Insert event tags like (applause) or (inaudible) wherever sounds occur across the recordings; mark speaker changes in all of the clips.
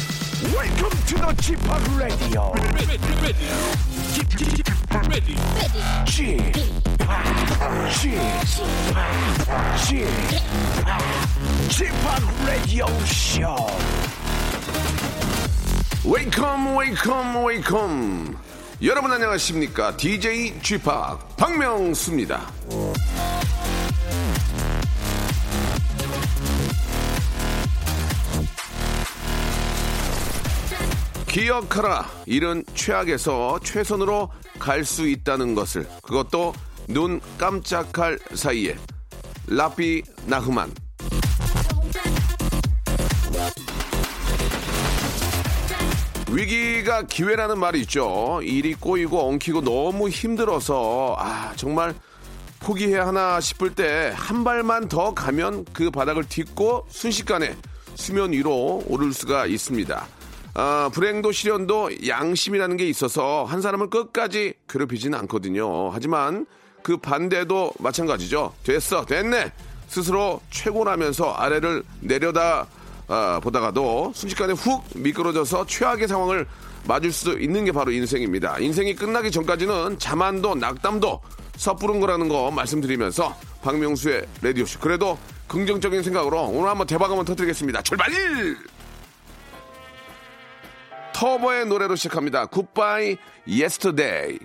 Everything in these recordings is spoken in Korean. Speaker 1: Welcome to the g p Hop Radio.
Speaker 2: ready, ready, ready,
Speaker 1: g p Hop, g p Hop, g p Hop, g p Hop Radio Show.
Speaker 3: 웨이컴 웨이컴 웨이컴 여러분 안녕하십니까 DJ g p 박명수입니다 기억하라 이런 최악에서 최선으로 갈 수 있다는 것을 그것도 눈 깜짝할 사이에 라피 나흐만 위기가 기회라는 말이 있죠. 일이 꼬이고 엉키고 너무 힘들어서 아 정말 포기해야 하나 싶을 때 한 발만 더 가면 그 바닥을 딛고 순식간에 수면 위로 오를 수가 있습니다. 아, 불행도 시련도 양심이라는 게 있어서 한 사람을 끝까지 괴롭히지는 않거든요. 하지만 그 반대도 마찬가지죠. 됐어, 됐네. 스스로 최고라면서 아래를 내려다 아, 보다가도 순식간에 훅 미끄러져서 최악의 상황을 맞을 수 있는 게 바로 인생입니다. 인생이 끝나기 전까지는 자만도 낙담도 섣부른 거라는 거 말씀드리면서 박명수의 레디오쇼 그래도 긍정적인 생각으로 오늘 한번 대박 한번 터뜨리겠습니다. 출발! 터보의 노래로 시작합니다. 굿바이 예스터데이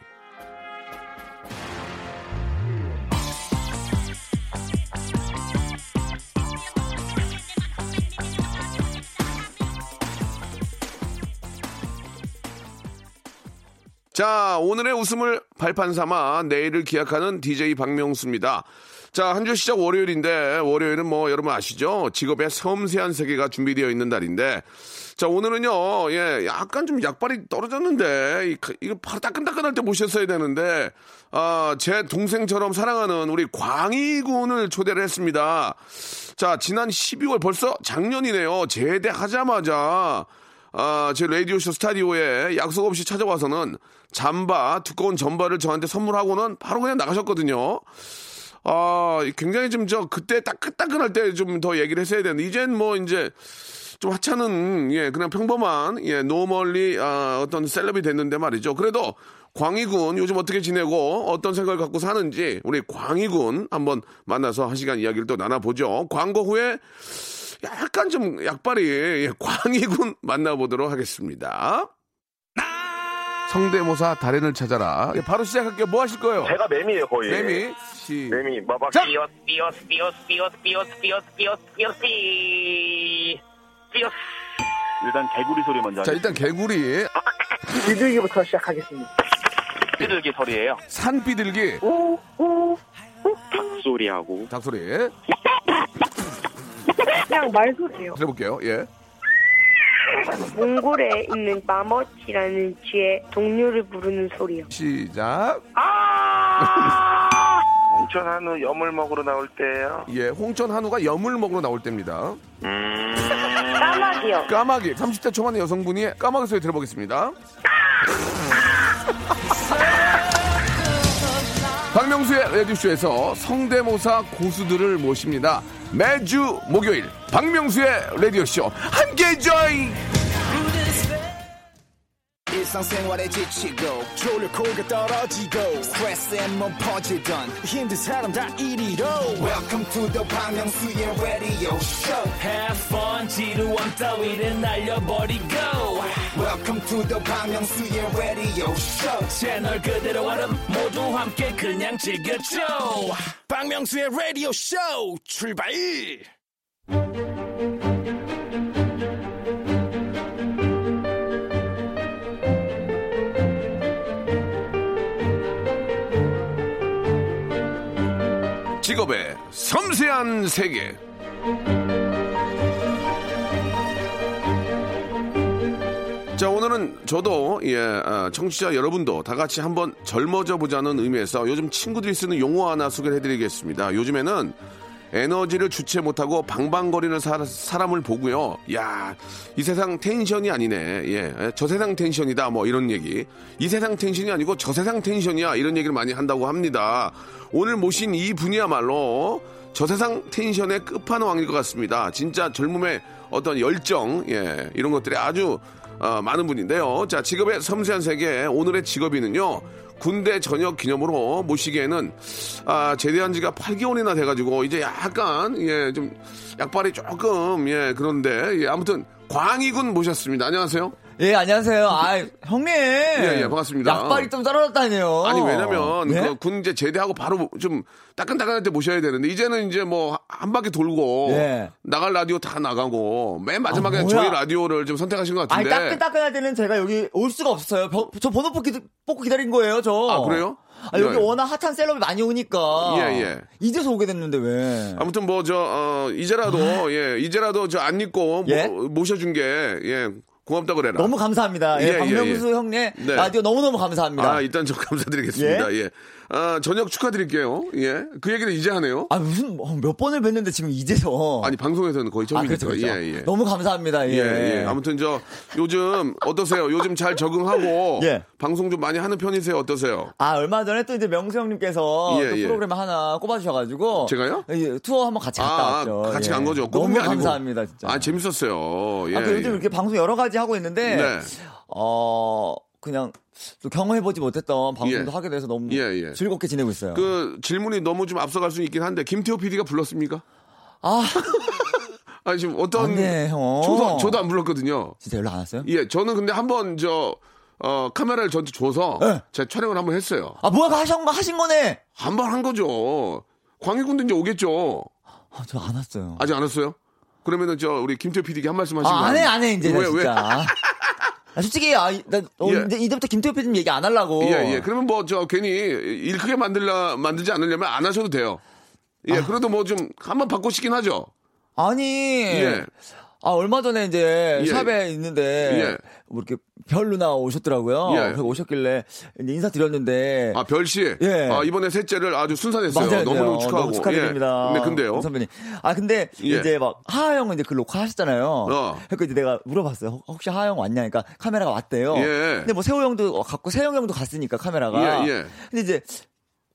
Speaker 3: 자, 오늘의 웃음을 발판 삼아 내일을 기약하는 DJ 박명수입니다. 자, 한 주 시작 월요일인데, 월요일은 뭐, 여러분 아시죠? 직업의 섬세한 세계가 준비되어 있는 날인데, 자, 오늘은요, 예, 약간 좀 약발이 떨어졌는데, 이- 이거 바로 따끈따끈할 때 모셨어야 되는데, 아, 제 동생처럼 사랑하는 우리 광희 군을 초대를 했습니다. 자, 지난 12월 벌써 작년이네요. 제대하자마자, 아, 제 라디오쇼 스타디오에 약속 없이 찾아와서는 잠바, 두꺼운 점바를 저한테 선물하고는 바로 그냥 나가셨거든요. 아, 굉장히 좀 저 그때 따끈따끈할 때 좀 더 얘기를 했어야 되는데, 이젠 뭐 이제 좀 하찮은, 예, 그냥 평범한, 예, 노멀리, 아, 어떤 셀럽이 됐는데 말이죠. 그래도 광희군 요즘 어떻게 지내고 어떤 생각을 갖고 사는지 우리 광희군 한번 만나서 한 시간 이야기를 또 나눠보죠. 광고 후에 약간 좀 약발이 예, 광희군 (laughs) 만나보도록 하겠습니다. 성대모사 달인을 찾아라. 예, 바로 시작할게요. 뭐 하실 거예요?
Speaker 4: 제가 매미예요 거의.
Speaker 3: 매미 시
Speaker 4: 네. 매미 마박.
Speaker 3: 자!
Speaker 4: 삐어 삐어 삐어 삐어 삐어 삐어 삐어 삐어 삐. 삐어. 일단 개구리 소리 먼저.
Speaker 3: 자 일단 개구리
Speaker 5: 비둘기부터 시작하겠습니다.
Speaker 4: 삐들기 소리예요.
Speaker 3: 산비둘기
Speaker 4: 소리하고.
Speaker 3: 닭소리
Speaker 6: 그냥 말소리예요.
Speaker 3: 들어볼게요 예
Speaker 6: 몽골에 있는 마머치라는 쥐의 동료를 부르는 소리요.
Speaker 3: 시작
Speaker 7: 홍천 한우 염을 그 먹으러 나올 때예요.
Speaker 3: 예 홍천 한우가 염을 먹으러 나올 때입니다
Speaker 6: 까마귀요.
Speaker 3: 까마귀 30대 초반의 여성분이 까마귀 소리 들어보겠습니다 박명수의 라디오쇼에서 성대모사 고수들을 모십니다 매주 목요일 박명수의 라디오쇼 함께 join
Speaker 8: 일상생활에 지치고, 졸려 코가 떨어지고, 스트레스에 몸 퍼지던, 힘든 사람 다 이리로. welcome to the Bang Myung-soo's radio show
Speaker 9: Have fun 지루한 따위를 날려버리고
Speaker 8: welcome to the Bang Myung-soo's radio show
Speaker 9: 채널 그대로 얼음 모두 함께 그냥 즐겨줘 박명수의 라디오 쇼 출발
Speaker 3: 직업의 섬세한 세계. 자, 오늘은 저도, 예, 아, 청취자 여러분도 다 같이 한번 젊어져 보자는 의미에서 요즘 친구들이 쓰는 용어 하나 소개를 해드리겠습니다. 요즘에는 에너지를 주체 못하고 방방거리는 사, 사람을 보고요. 야, 이 세상 텐션이 아니네. 예, 저 세상 텐션이다. 뭐 이런 얘기. 이 세상 텐션이 아니고 저 세상 텐션이야. 이런 얘기를 많이 한다고 합니다. 오늘 모신 이 분이야말로 저 세상 텐션의 끝판왕일 것 같습니다. 진짜 젊음의 어떤 열정, 예, 이런 것들이 아주 어, 많은 분인데요. 자, 직업의 섬세한 세계, 오늘의 직업인은요, 군대 전역 기념으로 모시기에는, 아, 제대한 지가 8개월이나 돼가지고, 이제 약간, 예, 좀, 약발이 조금, 예, 그런데, 예, 아무튼, 광희군 모셨습니다. 안녕하세요.
Speaker 10: 예, 안녕하세요. 아, 형님. 예,
Speaker 3: 예, 반갑습니다.
Speaker 10: 약발이 좀 떨어졌다니요.
Speaker 3: 아니 왜냐면
Speaker 10: 네?
Speaker 3: 그 군 이제 제대하고 바로 좀 따끈따끈할 때 모셔야 되는데 이제는 이제 뭐 한 바퀴 돌고
Speaker 10: 예.
Speaker 3: 나갈 라디오 다 나가고 맨 마지막에
Speaker 10: 아, 뭐야.
Speaker 3: 저희 라디오를 좀 선택하신 것 같은데
Speaker 10: 아니, 따끈따끈할 때는 제가 여기 올 수가 없어요. 버- 저 번호 뽑기, 뽑고 기다린 거예요, 저.
Speaker 3: 아, 그래요?
Speaker 10: 아, 여기
Speaker 3: 네.
Speaker 10: 워낙 핫한 셀럽이 많이 오니까.
Speaker 3: 예, 예.
Speaker 10: 이제서 오게 됐는데, 왜.
Speaker 3: 아무튼 뭐 저 어, 이제라도 예 이제라도 저 안 입고 뭐 모-
Speaker 10: 아. 예?
Speaker 3: 모셔준 게 예 고맙다 그래라.
Speaker 10: 너무 감사합니다. 예,
Speaker 3: 예, 예,
Speaker 10: 박명수
Speaker 3: 예.
Speaker 10: 형님.
Speaker 3: 네.
Speaker 10: 라디오 너무너무 감사합니다.
Speaker 3: 아 일단 저 감사드리겠습니다. 예. 아 저녁 축하드릴게요. 예. 그 얘기를 이제 하네요.
Speaker 10: 아, 무슨, 어, 몇 번을 뵀는데 지금 이제서.
Speaker 3: 아니 방송에서는 거의
Speaker 10: 아,
Speaker 3: 처음이니까.
Speaker 10: 그렇죠, 그렇죠.
Speaker 3: 예, 예.
Speaker 10: 너무 감사합니다, 예.
Speaker 3: 예, 예. 아무튼 저 요즘 어떠세요? 요즘 잘 적응하고
Speaker 10: 예.
Speaker 3: 방송 좀 많이 하는 편이세요? 어떠세요?
Speaker 10: 아 얼마 전에 또 이제 명수 형님께서
Speaker 3: 예,
Speaker 10: 또
Speaker 3: 예.
Speaker 10: 프로그램 하나 꼽아주셔가지고
Speaker 3: 제가요?
Speaker 10: 예, 투어 한번 같이 갔다
Speaker 3: 아,
Speaker 10: 왔죠.
Speaker 3: 아, 같이
Speaker 10: 예.
Speaker 3: 간 거죠. 꼽은
Speaker 10: 너무
Speaker 3: 게 아니고.
Speaker 10: 감사합니다 진짜.
Speaker 3: 아, 재밌었어요. 예.
Speaker 10: 아, 그 요즘
Speaker 3: 예.
Speaker 10: 이렇게 방송 여러 가지 하고 있는데
Speaker 3: 네.
Speaker 10: 어 그냥 또 경험해보지 못했던 방송도
Speaker 3: 예.
Speaker 10: 하게 돼서 너무
Speaker 3: 예, 예.
Speaker 10: 즐겁게 지내고 있어요.
Speaker 3: 그 질문이 너무 좀 앞서갈 수 있긴 한데 김태호 PD가 불렀습니까?
Speaker 10: 아
Speaker 3: 아, 지금 어떤
Speaker 10: 안돼 네, 형.
Speaker 3: 저도 저도 안 불렀거든요.
Speaker 10: 진짜 연락 안 왔어요?
Speaker 3: 예, 저는 근데 한번 저 어, 카메라를 저한테 줘서
Speaker 10: 네.
Speaker 3: 제가 촬영을 한번 했어요.
Speaker 10: 아 뭐야 하신 거 하신 거네.
Speaker 3: 한 번 한 거죠. 광희군도 이제 오겠죠.
Speaker 10: 아, 저 안 왔어요.
Speaker 3: 아직 안 왔어요? 그러면은 저 우리 김태호 PD가 한 말씀 하시고
Speaker 10: 아, 안 해, 안 해, 이제, 나
Speaker 3: 왜, 왜?
Speaker 10: 진짜. 아, 솔직히, 아, 나, 어,
Speaker 3: 예.
Speaker 10: 이제, 이제부터 김태호 PD님 얘기 안 하려고.
Speaker 3: 예, 예. 그러면 뭐 저 괜히 일 크게 만들라 만들지 않으려면 안 하셔도 돼요. 예,
Speaker 10: 아.
Speaker 3: 그래도 뭐 좀 한번 바꿔시긴 하죠.
Speaker 10: 아니.
Speaker 3: 예.
Speaker 10: 아, 얼마 전에 이제
Speaker 3: 예.
Speaker 10: 샵에 있는데
Speaker 3: 예.
Speaker 10: 뭐 이렇게 별 누나 오셨더라고요.
Speaker 3: 예.
Speaker 10: 그래서 오셨길래 이제 인사드렸는데
Speaker 3: 아, 별씨.
Speaker 10: 예.
Speaker 3: 아, 이번에 셋째를 아주 순산했어요.
Speaker 10: 맞아요.
Speaker 3: 너무너무 축하하고.
Speaker 10: 너무 축하드립니다.
Speaker 3: 예. 근데 근데요.
Speaker 10: 문 선배님. 아, 근데
Speaker 3: 예.
Speaker 10: 이제 막 하하 형은 이제 그 녹화하셨잖아요.
Speaker 3: 어.
Speaker 10: 그래서 이제 내가 물어봤어요. 혹- 혹시 하하 형 왔냐? 그러니까 카메라가 왔대요.
Speaker 3: 예.
Speaker 10: 근데 뭐 세호 형도 갔고 세영 형도 갔으니까 카메라가.
Speaker 3: 예, 예.
Speaker 10: 근데 이제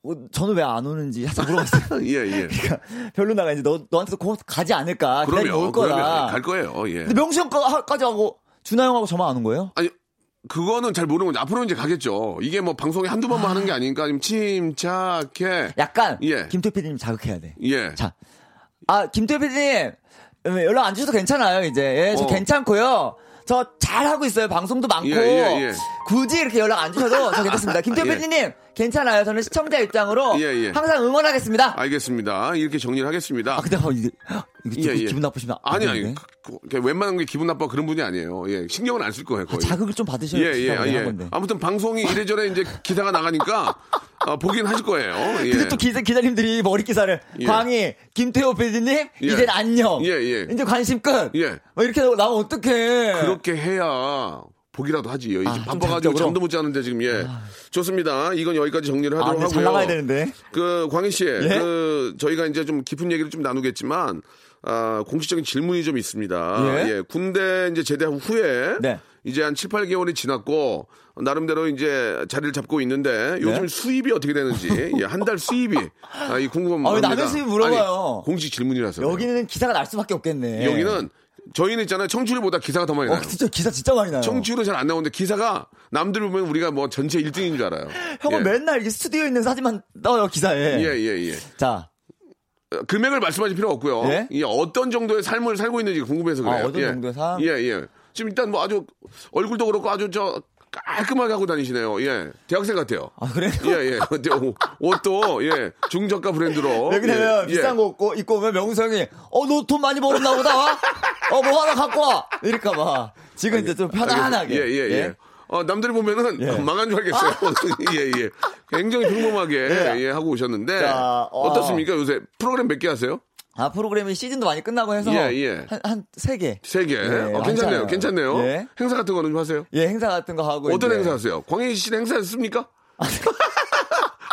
Speaker 10: 뭐 저는 왜 안 오는지 (laughs) 살짝 물어봤어요.
Speaker 3: (laughs) 예,
Speaker 10: (laughs)
Speaker 3: 예.
Speaker 10: 그러니까 별로 나가 이제 너 너한테도 곧 가지 않을까 기다리고
Speaker 3: 그럼요.
Speaker 10: 올 거다.
Speaker 3: 그러면 갈 거예요. 예.
Speaker 10: 근데 뭐 명수 형까지 하고 준하 형하고 저만 아는 거예요?
Speaker 3: 아니 그거는 잘 모르는 건데 앞으로 이제 가겠죠. 이게 뭐 방송에 한두 번만 하는 게 아니니까 지금 침착해.
Speaker 10: 약간
Speaker 3: 예.
Speaker 10: 김태호 PD님 자극해야 돼.
Speaker 3: 예.
Speaker 10: 자, 아 김태호 PD님 음, 연락 안 주셔도 괜찮아요 이제. 예, 저
Speaker 3: 어.
Speaker 10: 괜찮고요. 저 잘하고 있어요. 방송도 많고.
Speaker 3: 예, 예, 예.
Speaker 10: 굳이 이렇게 연락 안 주셔도 저
Speaker 3: (laughs)
Speaker 10: 괜찮습니다. 김태호
Speaker 3: 예.
Speaker 10: PD님 괜찮아요. 저는 시청자 입장으로
Speaker 3: 예, 아, 예.
Speaker 10: 항상 응원하겠습니다.
Speaker 3: 알겠습니다. 이렇게 정리를 하겠습니다.
Speaker 10: 아 근데 어, 이게, 이게
Speaker 3: 예, 예.
Speaker 10: 기분 나쁘시면 안
Speaker 3: 아니 아니
Speaker 10: 되는데.
Speaker 3: 그- 그- 웬만한 게 기분 나빠 그런 분이 아니에요. 예. 신경은 안 쓸 거예요.
Speaker 10: 아,
Speaker 3: 거의.
Speaker 10: 자극을 좀 받으셔야
Speaker 3: 예, 예,
Speaker 10: 된다고 한 건데.
Speaker 3: 예. 아무튼 방송이 이래저래 이제 기사가 나가니까 아, 보긴 하실 거예요. 예.
Speaker 10: 근데 또 기자, 기자님들이 머리 기사를
Speaker 3: 예.
Speaker 10: 광희, 김태호 PD님
Speaker 3: 예.
Speaker 10: 이제 안녕,
Speaker 3: 예, 예.
Speaker 10: 이제 관심 끝,
Speaker 3: 예.
Speaker 10: 뭐 이렇게 나면 어떡해?
Speaker 3: 그렇게 해야 보기라도 하지. 요
Speaker 10: 아,
Speaker 3: 지금
Speaker 10: 좀
Speaker 3: 바빠가지고
Speaker 10: 자극적으로?
Speaker 3: 잠도 못 자는데 지금 예. 좋습니다. 이건 여기까지 정리를
Speaker 10: 아,
Speaker 3: 하도록
Speaker 10: 근데 잘
Speaker 3: 하고요.
Speaker 10: 나가야 되는데.
Speaker 3: 그 광희 씨,
Speaker 10: 예?
Speaker 3: 그 저희가 이제 좀 깊은 얘기를 좀 나누겠지만 아, 공식적인 질문이 좀 있습니다.
Speaker 10: 예?
Speaker 3: 군대 이제 제대 후에
Speaker 10: 네.
Speaker 3: 이제 한 7, 8개월이 지났고 나름대로 이제 자리를 잡고 있는데 요즘
Speaker 10: 네.
Speaker 3: 수입이 어떻게
Speaker 10: (laughs)
Speaker 3: 되는지 예, 한 달 수입이 아, 이 궁금합니다.
Speaker 10: 아, 왜 남의 수입 물어봐요?
Speaker 3: 아니, 공식 질문이라서.
Speaker 10: 여기는 기사가 날 수밖에 없겠네.
Speaker 3: 여기는 저희는 있잖아요. 청취율보다 기사가 더 많이
Speaker 10: 어,
Speaker 3: 나요.
Speaker 10: 진짜 기사 진짜 많이 나요.
Speaker 3: 청취율은 잘 안 나오는데 기사가 남들 보면 우리가 뭐 전체 1등인 줄 알아요.
Speaker 10: 형은 맨날 이게 스튜디오에 있는 사진만 떠요 기사에.
Speaker 3: 예, 예, 예.
Speaker 10: 자,
Speaker 3: 어, 금액을 말씀하실 필요 없고요.
Speaker 10: 예?
Speaker 3: 이 어떤 정도의 삶을 살고 있는지 궁금해서 그래요.
Speaker 10: 아, 어떤
Speaker 3: 예.
Speaker 10: 정도의 삶?
Speaker 3: 예, 예. 지금 일단 뭐 아주 얼굴도 그렇고 아주 저 깔끔하게 하고 다니시네요. 예. 대학생 같아요.
Speaker 10: 아 그래?
Speaker 3: 예, (laughs) 예. 근데 옷- 옷도 예. 중저가 브랜드로.
Speaker 10: 왜 그러면
Speaker 3: 예,
Speaker 10: 비싼
Speaker 3: 예.
Speaker 10: 거 입고, 입고 오면 명수 형이 어 너 돈 많이 벌었나 보다. 어 뭐 하나 갖고 와. 이럴까 봐. 지금 이제 좀 편안하게.
Speaker 3: 예, 예, 예. 어, 남들이 보면은
Speaker 10: 예. 아!
Speaker 3: 망한 줄 알겠어요. (laughs) 예, 예. 굉장히 평범하게
Speaker 10: 예.
Speaker 3: 예, 하고 오셨는데
Speaker 10: 자, 어.
Speaker 3: 어떻습니까? 요새 프로그램 몇 개 하세요?
Speaker 10: 아, 프로그램이 시즌도 많이 끝나고 해서
Speaker 3: 예, 예.
Speaker 10: 한, 한 3개.
Speaker 3: 세 개. 어, 괜찮네요. 괜찮네요.
Speaker 10: 예.
Speaker 3: 행사 같은 거는 좀 하세요?
Speaker 10: 예, 행사 같은 거 하고.
Speaker 3: 어떤
Speaker 10: 이제-
Speaker 3: 행사 하세요? 광희 씨는 행사
Speaker 10: (laughs)
Speaker 3: 했습니까?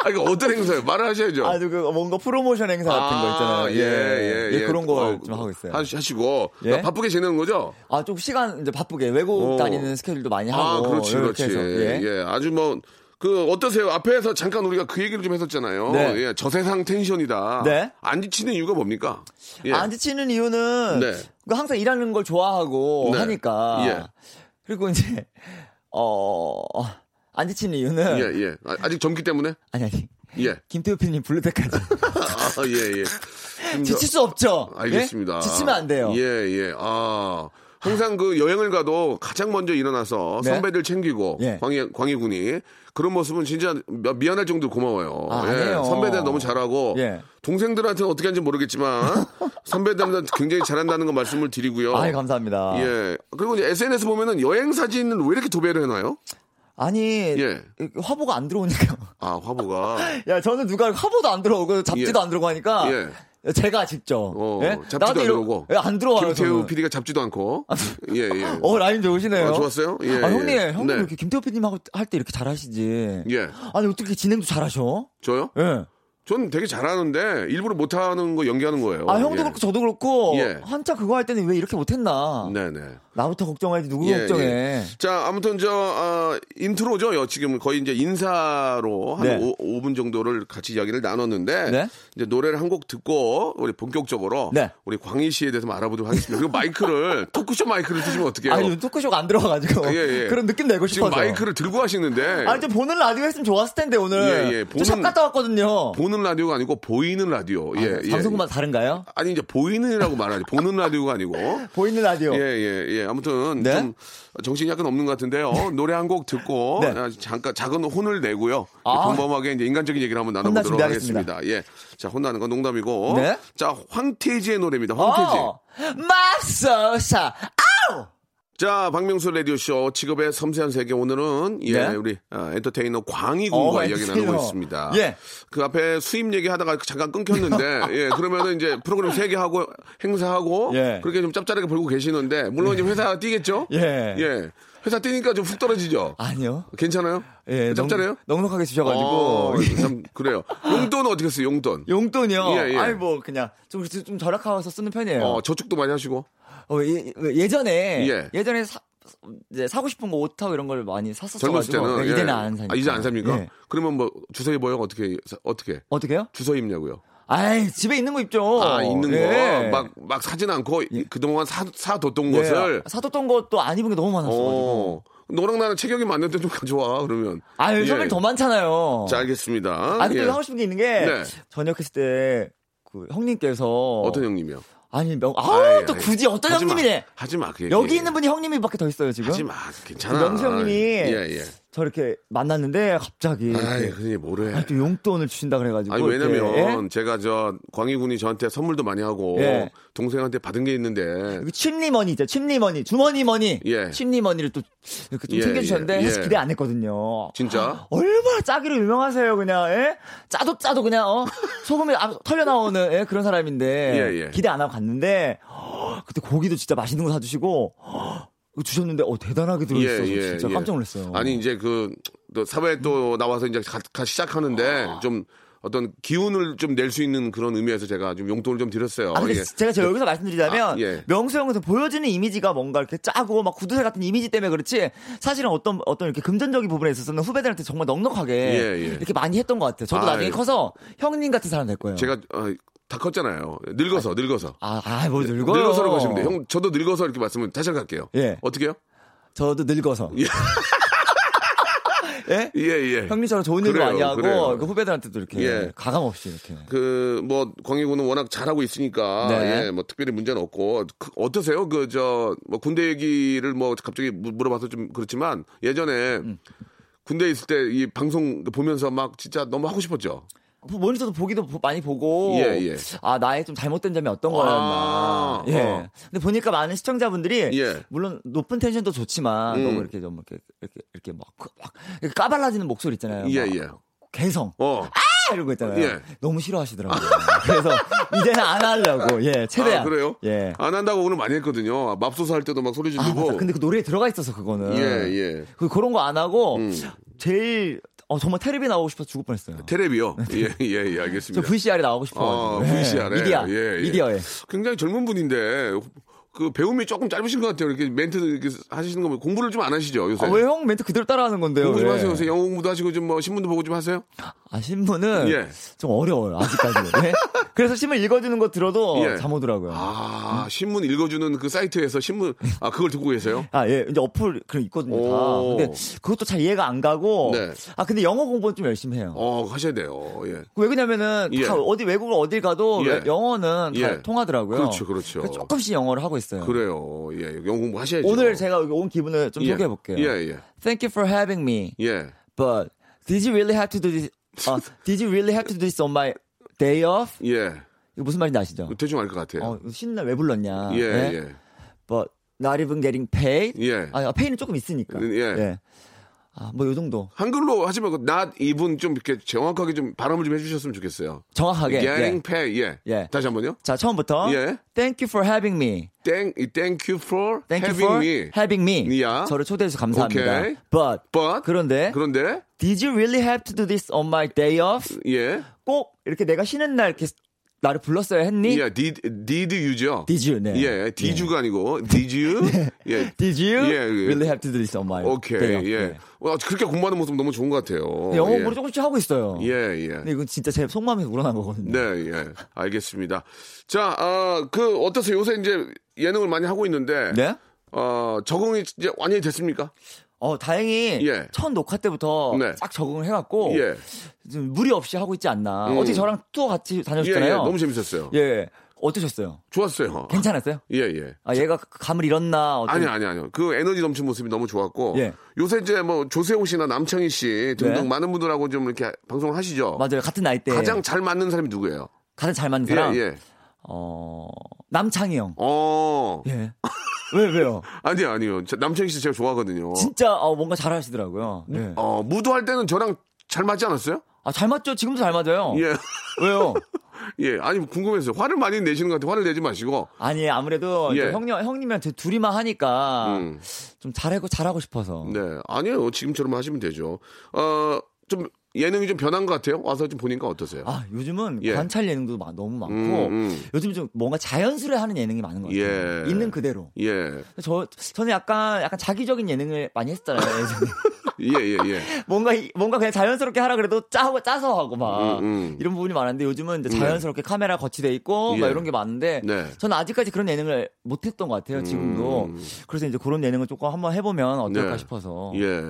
Speaker 3: 아, 이거 어떤 행사예요? 말을 하셔야죠.
Speaker 10: 아, 그 뭔가 프로모션 행사 같은 거 있잖아요.
Speaker 3: 예, 예, 예.
Speaker 10: 그런 거 좀
Speaker 3: 어,
Speaker 10: 하고 있어요.
Speaker 3: 하- 하시고.
Speaker 10: 예?
Speaker 3: 그러니까 바쁘게 지내는 거죠?
Speaker 10: 아, 좀 시간 이제 바쁘게 외국
Speaker 3: 오.
Speaker 10: 다니는 스케줄도 많이 예, 하고.
Speaker 3: 어. 아, 그렇지,
Speaker 10: 이렇게
Speaker 3: 그렇지.
Speaker 10: 해서, 예.
Speaker 3: 예. 아주 뭐, 그 어떠세요? 앞에서 잠깐 우리가 그 얘기를 좀 했었잖아요.
Speaker 10: 네.
Speaker 3: 예, 저세상 텐션이다.
Speaker 10: 네. 아,
Speaker 3: 안 지치는 이유가 뭡니까? 예.
Speaker 10: 안 지치는 이유는
Speaker 3: 네.
Speaker 10: 그 항상 일하는 걸 좋아하고
Speaker 3: 네.
Speaker 10: 하니까.
Speaker 3: 예.
Speaker 10: 그리고 이제 (laughs) 어. 안 지치는 이유는
Speaker 3: 예, 예. 아, 아직 젊기 때문에?
Speaker 10: 아니 아니
Speaker 3: 예.
Speaker 10: 김태우 PD님 부를
Speaker 3: (laughs)
Speaker 10: 때까지
Speaker 3: 아,
Speaker 10: (laughs)
Speaker 3: 예, 예. 좀 더-
Speaker 10: 지칠 수 없죠. 예?
Speaker 3: 알겠습니다.
Speaker 10: 지치면 안 돼요.
Speaker 3: 예, 예. 아. 항상 그 여행을 가도 가장 먼저 일어나서
Speaker 10: 네?
Speaker 3: 선배들 챙기고
Speaker 10: 예.
Speaker 3: 광희 광희 군이 그런 모습은 진짜 미- 미안할 정도로 고마워요. 예.
Speaker 10: 아, 아니에요.
Speaker 3: 선배들 너무 잘하고
Speaker 10: 예.
Speaker 3: 동생들한테는 어떻게 하는지 모르겠지만
Speaker 10: (laughs)
Speaker 3: 선배들한테 굉장히 잘한다는 거 말씀을 드리고요.
Speaker 10: 아이 감사합니다.
Speaker 3: 예. 그리고 이제 SNS 보면은 여행 사진은 왜 이렇게 도배를 해놔요?
Speaker 10: 아니
Speaker 3: 예.
Speaker 10: 화보가 안 들어오니까.
Speaker 3: 아 화보가
Speaker 10: 야 저는 누가 화보도 안 들어오고 잡지도
Speaker 3: 예.
Speaker 10: 안 들어오고 하니까 제가 직접
Speaker 3: 어,
Speaker 10: 예?
Speaker 3: 잡지도
Speaker 10: 나도
Speaker 3: 안
Speaker 10: 이러-
Speaker 3: 들어오고.
Speaker 10: 예, 안 들어와요.
Speaker 3: 김태우
Speaker 10: 저는. 아,
Speaker 3: PD가 잡지도 않고 예 예.
Speaker 10: 어 라인 좋으시네요.
Speaker 3: 아, 좋았어요? 예,
Speaker 10: 아,
Speaker 3: 예.
Speaker 10: 형님, 형님
Speaker 3: 네.
Speaker 10: 이렇게 김태호 PD님 할 때 이렇게 잘하시지.
Speaker 3: 예.
Speaker 10: 아니 어떻게 진행도 잘하셔?
Speaker 3: 저요?
Speaker 10: 예.
Speaker 3: 전 되게 잘하는데 일부러 못하는 거 연기하는 거예요.
Speaker 10: 아 형도
Speaker 3: 예.
Speaker 10: 그렇고 저도 그렇고
Speaker 3: 예.
Speaker 10: 한자 그거 할 때는 왜 이렇게 못했나?
Speaker 3: 네네.
Speaker 10: 나부터 걱정하지 누구
Speaker 3: 예,
Speaker 10: 걱정해?
Speaker 3: 예. 자, 아무튼 저 아, 인트로죠. 요 지금 거의 이제 인사로 한
Speaker 10: 네.
Speaker 3: 오 5, 분 정도를 같이 이야기를 나눴는데
Speaker 10: 네.
Speaker 3: 이제 노래를 한 곡 듣고 우리 본격적으로
Speaker 10: 네.
Speaker 3: 우리 광희 씨에 대해서 좀 알아보도록 하겠습니다. 그리고
Speaker 10: (laughs)
Speaker 3: 마이크를 토크쇼 마이크를 쓰시면 어떡해요?
Speaker 10: 아니 요즘 토크쇼가 안 들어가가지고
Speaker 3: 예, 예.
Speaker 10: 그런 느낌 내고
Speaker 3: 지금
Speaker 10: 싶어서.
Speaker 3: 마이크를 들고 하시는데
Speaker 10: 아니 좀 보는 라디오 했으면 좋았을 텐데 오늘.
Speaker 3: 예, 예. 보는-
Speaker 10: 좀샵 갔다 왔거든요.
Speaker 3: 보는 라디오가 아니고 보이는 라디오. 예, 예.
Speaker 10: 아, 방송국만 다른가요?
Speaker 3: 아니 이제 보이는이라고 말하지 보는 라디오가 아니고
Speaker 10: (laughs) 보이는 라디오.
Speaker 3: 예, 예, 예. 아무튼
Speaker 10: 네?
Speaker 3: 좀 정신이 약간 없는 것 같은데요. 노래 한 곡 듣고
Speaker 10: 네.
Speaker 3: 아, 잠깐 작은 혼을 내고요.
Speaker 10: 아.
Speaker 3: 평범하게 이제 인간적인 얘기를 한번 나눠보도록
Speaker 10: 혼나
Speaker 3: 하겠습니다. 예. 자, 혼나는 건 농담이고.
Speaker 10: 네? 아.
Speaker 3: 자, 황태지의 노래입니다. 황태지.
Speaker 10: 맙소사. 아우!
Speaker 3: 자, 박명수 라디오쇼 직업의 섬세한 세계 오늘은 예,
Speaker 10: 네?
Speaker 3: 우리 아, 엔터테이너 광희 군과
Speaker 10: 어,
Speaker 3: 이야기
Speaker 10: 엔터테이너.
Speaker 3: 나누고 있습니다.
Speaker 10: 예.
Speaker 3: 그 앞에 수입 얘기 하다가 잠깐
Speaker 10: (laughs)
Speaker 3: 끊겼는데 예, 그러면은 이제 프로그램 세개 하고 행사하고
Speaker 10: 예.
Speaker 3: 그렇게 좀 짭짤하게 벌고 계시는데 물론 이제 회사 뛰겠죠?
Speaker 10: 예.
Speaker 3: 예. 회사 뛰니까 좀 훅 떨어지죠.
Speaker 10: 아니요.
Speaker 3: 괜찮아요?
Speaker 10: 예, 넉-
Speaker 3: 짭짤해요?
Speaker 10: 넉넉하게 주셔가지고
Speaker 3: 어, 참 그래요. 용돈은 어떻게 쓰어요 용돈?
Speaker 10: (laughs) 용돈이요.
Speaker 3: 예, 예.
Speaker 10: 아니 뭐 그냥 좀 그래도 좀 절약하면서 쓰는 편이에요.
Speaker 3: 어, 저축도 많이 하시고.
Speaker 10: 어, 예, 전에
Speaker 3: 예.
Speaker 10: 예. 전에 사, 이제 사고 싶은 거 옷하고 이런 걸 많이
Speaker 3: 젊었을
Speaker 10: 샀었어가지고
Speaker 3: 때는
Speaker 10: 네, 이제는 안 사니까.
Speaker 3: 아, 이제 안 삽니까?
Speaker 10: 예.
Speaker 3: 그러면 뭐 주소 입어요? 어떻게 어떻게?
Speaker 10: 어떻게요?
Speaker 3: 주소 입냐고요?
Speaker 10: 아이 집에 있는 거 입죠.
Speaker 3: 아, 있는 거.
Speaker 10: 예.
Speaker 3: 막, 막 사진 않고 이- 그동안 사, 사뒀던
Speaker 10: 예.
Speaker 3: 것을.
Speaker 10: 사뒀던 것도 안 입은 게 너무 많았어가지고.
Speaker 3: 어. 너랑 나랑 체격이 맞는데 좀 가져와, 그러면.
Speaker 10: 아유
Speaker 3: 예.
Speaker 10: 선물 더 많잖아요.
Speaker 3: 자, 알겠습니다.
Speaker 10: 어. 아 근데
Speaker 3: 예.
Speaker 10: 하고 싶은 게 있는 게
Speaker 3: 네.
Speaker 10: 전역했을 때. 그 형님께서
Speaker 3: 어떤 형님이요?
Speaker 10: 아니 명
Speaker 3: 아이,
Speaker 10: 아우 또
Speaker 3: 아이.
Speaker 10: 굳이 어떤
Speaker 3: 하지 마.
Speaker 10: 형님이네
Speaker 3: 하지 마, 그 얘기.
Speaker 10: 여기 있는 분이 형님이밖에 더 있어요 지금
Speaker 3: 하지 마, 괜찮아.
Speaker 10: 명수 형님이
Speaker 3: 예, 예.
Speaker 10: 저 이렇게 만났는데 갑자기 이렇게
Speaker 3: 아이, 그냥 뭐래.
Speaker 10: 아, 또 용돈을 주신다 그래가지고
Speaker 3: 아니
Speaker 10: 이렇게,
Speaker 3: 왜냐면
Speaker 10: 예?
Speaker 3: 제가 저 광희군이 저한테 선물도 많이 하고
Speaker 10: 예.
Speaker 3: 동생한테 받은 게 있는데
Speaker 10: 그 침리머니 있죠 침리머니 주머니머니
Speaker 3: 예.
Speaker 10: 침리머니를 또 이렇게 좀
Speaker 3: 예,
Speaker 10: 챙겨주셨는데
Speaker 3: 예,
Speaker 10: 사실
Speaker 3: 예.
Speaker 10: 기대 안 했거든요
Speaker 3: 진짜
Speaker 10: 얼마나 짜기로 유명하세요 그냥 예? 짜도 짜도 그냥 어? (laughs) 소금이 아, 털려 나오는 예? 그런 사람인데
Speaker 3: 예, 예.
Speaker 10: 기대 안 하고 갔는데 어, 그때 고기도 진짜 맛있는 거 사주시고 (gasps) 어, 그거 주셨는데 어 대단하게 들어있어서 진짜 깜짝 놀랐어요
Speaker 3: 예, 아니 이제 그 또 사회에 또 나와서 이제 가, 가 시작하는데
Speaker 10: 아.
Speaker 3: 좀 어떤 기운을 좀 낼 수 있는 그런 의미에서 제가 좀 용돈을 좀 드렸어요.
Speaker 10: 아, 근데
Speaker 3: 이게
Speaker 10: 제가 저 여기서 말씀드리자면
Speaker 3: 아, 예.
Speaker 10: 명수 형에서 보여지는 이미지가 뭔가 이렇게 짜고 막 구두쇠 같은 이미지 때문에 그렇지 사실은 어떤 어떤 이렇게 금전적인 부분에 있어서는 후배들한테 정말 넉넉하게
Speaker 3: 예, 예.
Speaker 10: 이렇게 많이 했던 것 같아요. 저도
Speaker 3: 아,
Speaker 10: 나중에
Speaker 3: 예.
Speaker 10: 커서 형님 같은 사람 될 거예요.
Speaker 3: 제가 어, 다 컸잖아요. 늙어서 늙어서
Speaker 10: 아, 아, 뭐 늙어요.
Speaker 3: 늙어서라고 하시면 돼요. 형 저도 늙어서 이렇게 말씀을 다시 한번 갈게요.
Speaker 10: 예.
Speaker 3: 어떻게요?
Speaker 10: 저도 늙어서. (laughs) 예.
Speaker 3: 예 예.
Speaker 10: 형님처럼 좋은 일도
Speaker 3: 그래요,
Speaker 10: 많이 하고
Speaker 3: 그래요.
Speaker 10: 그 후배들한테도 이렇게
Speaker 3: 예.
Speaker 10: 가감 없이 이렇게.
Speaker 3: 그 뭐 광희군은 워낙 잘하고 있으니까
Speaker 10: 네.
Speaker 3: 예, 뭐 특별히 문제는 없고 그, 어떠세요? 그 저 뭐 군대 얘기를 뭐 갑자기 무- 물어봐서 좀 그렇지만 예전에
Speaker 10: 음.
Speaker 3: 군대 에 있을 때 이 방송 보면서 막 진짜 너무 하고 싶었죠.
Speaker 10: 모니터도 보기도 보- 많이 보고
Speaker 3: 예, 예.
Speaker 10: 아 나의 좀 잘못된 점이 어떤
Speaker 3: 아,
Speaker 10: 거였나 예
Speaker 3: 어.
Speaker 10: 근데 보니까 많은 시청자분들이
Speaker 3: 예.
Speaker 10: 물론 높은 텐션도 좋지만
Speaker 3: 음.
Speaker 10: 너무 이렇게 좀 이렇게 이렇게 이렇게 막, 그- 막 이렇게 까발라지는 목소리 있잖아요
Speaker 3: 예
Speaker 10: 막
Speaker 3: 예.
Speaker 10: 개성
Speaker 3: 어.
Speaker 10: 아! 이런 거 있잖아요
Speaker 3: 예.
Speaker 10: 너무 싫어하시더라고요 (laughs) 그래서 이제는 안 하려고 예 최대한
Speaker 3: 아, 그래요?
Speaker 10: 예
Speaker 3: 안 한다고 오늘 많이 했거든요. 맙소사 할 때도 막 소리
Speaker 10: 아,
Speaker 3: 지르고.
Speaker 10: 맞아. 근데 그 노래에 들어가 있어서 그거는
Speaker 3: 예, 예.
Speaker 10: 그 그런 거 안 하고
Speaker 3: 음.
Speaker 10: 제일 어, 정말 테레비 나오고 싶어서 죽을 뻔했어요
Speaker 3: 테레비요. 예, 예, 예,
Speaker 10: 네. 저그
Speaker 3: 알겠습니다.
Speaker 10: VCR에 나오고 싶어.
Speaker 3: 아,
Speaker 10: 네.
Speaker 3: VCR 에,
Speaker 10: 미디어,
Speaker 3: 예, 예.
Speaker 10: 미디어에.
Speaker 3: 굉장히 젊은 분인데 그 배움이 조금 짧으신 것 같아요. 이렇게 멘트 이렇게 하시는 거면 공부를 좀 안 하시죠 요새.
Speaker 10: 아, 왜 형 멘트 그대로 따라하는 건데요? 예.
Speaker 3: 공부 좀
Speaker 10: 왜?
Speaker 3: 하세요. 요새 영어 공부도 하시고 좀 뭐 신문도 보고 좀 하세요.
Speaker 10: 아, 신문은
Speaker 3: 예.
Speaker 10: 좀 어려워요, 아직까지는.
Speaker 3: (laughs)
Speaker 10: 네? 그래서 신문 읽어주는 거 들어도
Speaker 3: 예.
Speaker 10: 잠 오더라고요. 아.
Speaker 3: 아 신문 읽어주는 그 사이트에서 신문 아 그걸 듣고 계세요?
Speaker 10: 예. 이제 어플, 그런 있거든요,
Speaker 3: 오.
Speaker 10: 다. 근데 그것도 잘 이해가 안 가고.
Speaker 3: 네.
Speaker 10: 아, 근데 영어 공부는 좀 열심히 해요.
Speaker 3: 어 하셔야 돼요. 예.
Speaker 10: 왜 그러냐면은,
Speaker 3: 예.
Speaker 10: 다 어디, 외국을 어딜 가도
Speaker 3: 예.
Speaker 10: 영어는 다
Speaker 3: 예.
Speaker 10: 통하더라고요.
Speaker 3: 그렇죠, 그렇죠.
Speaker 10: 그래서 조금씩 영어를 하고 있어요.
Speaker 3: 그래요. 예 영어 공부 하셔야죠.
Speaker 10: 오늘 제가 여기 온 기분을 좀
Speaker 3: 예.
Speaker 10: 소개해 볼게요.
Speaker 3: 예, 예.
Speaker 10: Thank you for having me.
Speaker 3: 예.
Speaker 10: But did you really have to do this? 어, did you really have to do this on my day off?
Speaker 3: 예.
Speaker 10: 이거 무슨 말인지 아시죠?
Speaker 3: 대충 알 것 같아요.
Speaker 10: 어, 쉬는 날 왜 불렀냐?
Speaker 3: 예,
Speaker 10: 네?
Speaker 3: 예.
Speaker 10: But not even getting paid.
Speaker 3: 예.
Speaker 10: 아, 페이는 조금 있으니까.
Speaker 3: 예.
Speaker 10: 아, 뭐 요 정도.
Speaker 3: 한글로 하지만 그 not even 좀 이렇게 정확하게 좀 발음을 좀 해주셨으면 좋겠어요.
Speaker 10: 정확하게.
Speaker 3: getting pay. 예.
Speaker 10: 예.
Speaker 3: 다시 한번요.
Speaker 10: 자, 처음부터.
Speaker 3: 예.
Speaker 10: Thank you for having me.
Speaker 3: Thank, thank you for
Speaker 10: Thank
Speaker 3: having
Speaker 10: you for
Speaker 3: me.
Speaker 10: having me.
Speaker 3: 야.
Speaker 10: 저를 초대해 주셔서 감사합니다.
Speaker 3: 오케이.
Speaker 10: But,
Speaker 3: But
Speaker 10: 그런데
Speaker 3: 그런데
Speaker 10: Did you really have to do this on my day off?
Speaker 3: 예.
Speaker 10: 꼭 이렇게 내가 쉬는 날 이렇게 나를 불렀어야 했니?
Speaker 3: 예, did did you죠.
Speaker 10: Did you? 네.
Speaker 3: 예, did you가 아니고 did
Speaker 10: (laughs)
Speaker 3: you. 예.
Speaker 10: Did you
Speaker 3: 예, 예.
Speaker 10: really have to do this on my
Speaker 3: 오케이.
Speaker 10: day off?
Speaker 3: 예.
Speaker 10: 네.
Speaker 3: 와, 그렇게 공부하는 모습 너무 좋은 것 같아요.
Speaker 10: 영어
Speaker 3: 예.
Speaker 10: 공부를 네. 조금씩 하고 있어요.
Speaker 3: 예, 예.
Speaker 10: 근데 이건 진짜 제 속마음에서 우러난 거거든요.
Speaker 3: 네, 예. 알겠습니다. 자, 아, 그 어떠세요? 요새 이제 예능을 많이 하고 있는데
Speaker 10: 네?
Speaker 3: 어, 적응이 이제 완전히 됐습니까?
Speaker 10: 어, 다행히
Speaker 3: 예.
Speaker 10: 첫 녹화 때부터
Speaker 3: 네.
Speaker 10: 쫙 적응을 해갖고
Speaker 3: 예.
Speaker 10: 좀 무리 없이 하고 있지 않나.
Speaker 3: 음.
Speaker 10: 어제 저랑 투어 같이
Speaker 3: 예, 예.
Speaker 10: 다녔잖아요.
Speaker 3: 너무 재밌었어요.
Speaker 10: 예. 어떠셨어요?
Speaker 3: 좋았어요.
Speaker 10: 괜찮았어요?
Speaker 3: 예, 예.
Speaker 10: 아, 얘가 감을 잃었나? 어떤...
Speaker 3: 아니요, 아니요, 아니요. 그 에너지 넘친 모습이 너무 좋았고.
Speaker 10: 예.
Speaker 3: 요새 이제 뭐 조세호 씨나 남창희 씨 등등
Speaker 10: 네.
Speaker 3: 많은 분들하고 좀 이렇게 방송을 하시죠.
Speaker 10: 맞아요. 네. 같은 나이대.
Speaker 3: 가장 잘 맞는 사람이 누구예요?
Speaker 10: 가장 잘 맞는 사람?
Speaker 3: 예, 예.
Speaker 10: 어, 남창희 형.
Speaker 3: 어.
Speaker 10: 예. (laughs) 왜, 왜요?
Speaker 3: 아니요, 아니요. 저- 남창희 씨 제가 좋아하거든요.
Speaker 10: 진짜 어, 뭔가 잘하시더라고요. 예.
Speaker 3: 어, 무도할 때는 저랑 잘 맞지 않았어요?
Speaker 10: 아, 잘 맞죠? 지금도 잘 맞아요.
Speaker 3: 예. (laughs)
Speaker 10: 왜요?
Speaker 3: 예. 아니, 궁금했어요. 화를 많이 내시는 것 같아요. 화를 내지 마시고.
Speaker 10: 아니, 아무래도
Speaker 3: 예.
Speaker 10: 이제 형님, 형님이랑 저 둘이만 하니까
Speaker 3: 음.
Speaker 10: 좀 잘하고, 잘하고 싶어서.
Speaker 3: 네. 아니에요. 지금처럼 하시면 되죠. 어, 좀 예능이 좀 변한 것 같아요. 와서 좀 보니까 어떠세요?
Speaker 10: 아, 뭐 요즘은
Speaker 3: 예.
Speaker 10: 관찰 예능도 마- 너무 많고,
Speaker 3: 음, 음.
Speaker 10: 요즘 좀 뭔가 자연스레 하는 예능이 많은 것 같아요.
Speaker 3: 예.
Speaker 10: 있는 그대로.
Speaker 3: 예.
Speaker 10: 저, 저는 약간, 약간 자기적인 예능을 많이 했잖아요.
Speaker 3: (laughs)
Speaker 10: 예전에.
Speaker 3: 예, 예,
Speaker 10: (laughs)
Speaker 3: 예.
Speaker 10: 뭔가, 이- 뭔가 그냥 자연스럽게 하라 그래도 짜고, 짜서 하고 막,
Speaker 3: 음, 음.
Speaker 10: 이런 부분이 많았는데 요즘은 이제 자연스럽게 카메라 거치돼 있고,
Speaker 3: 예.
Speaker 10: 막 이런 게 많은데,
Speaker 3: 네.
Speaker 10: 저는 아직까지 그런 예능을 못했던 것 같아요, 지금도.
Speaker 3: 음.
Speaker 10: 그래서 이제 그런 예능을 조금 한번 해보면 어떨까
Speaker 3: 네.
Speaker 10: 싶어서.
Speaker 3: 예.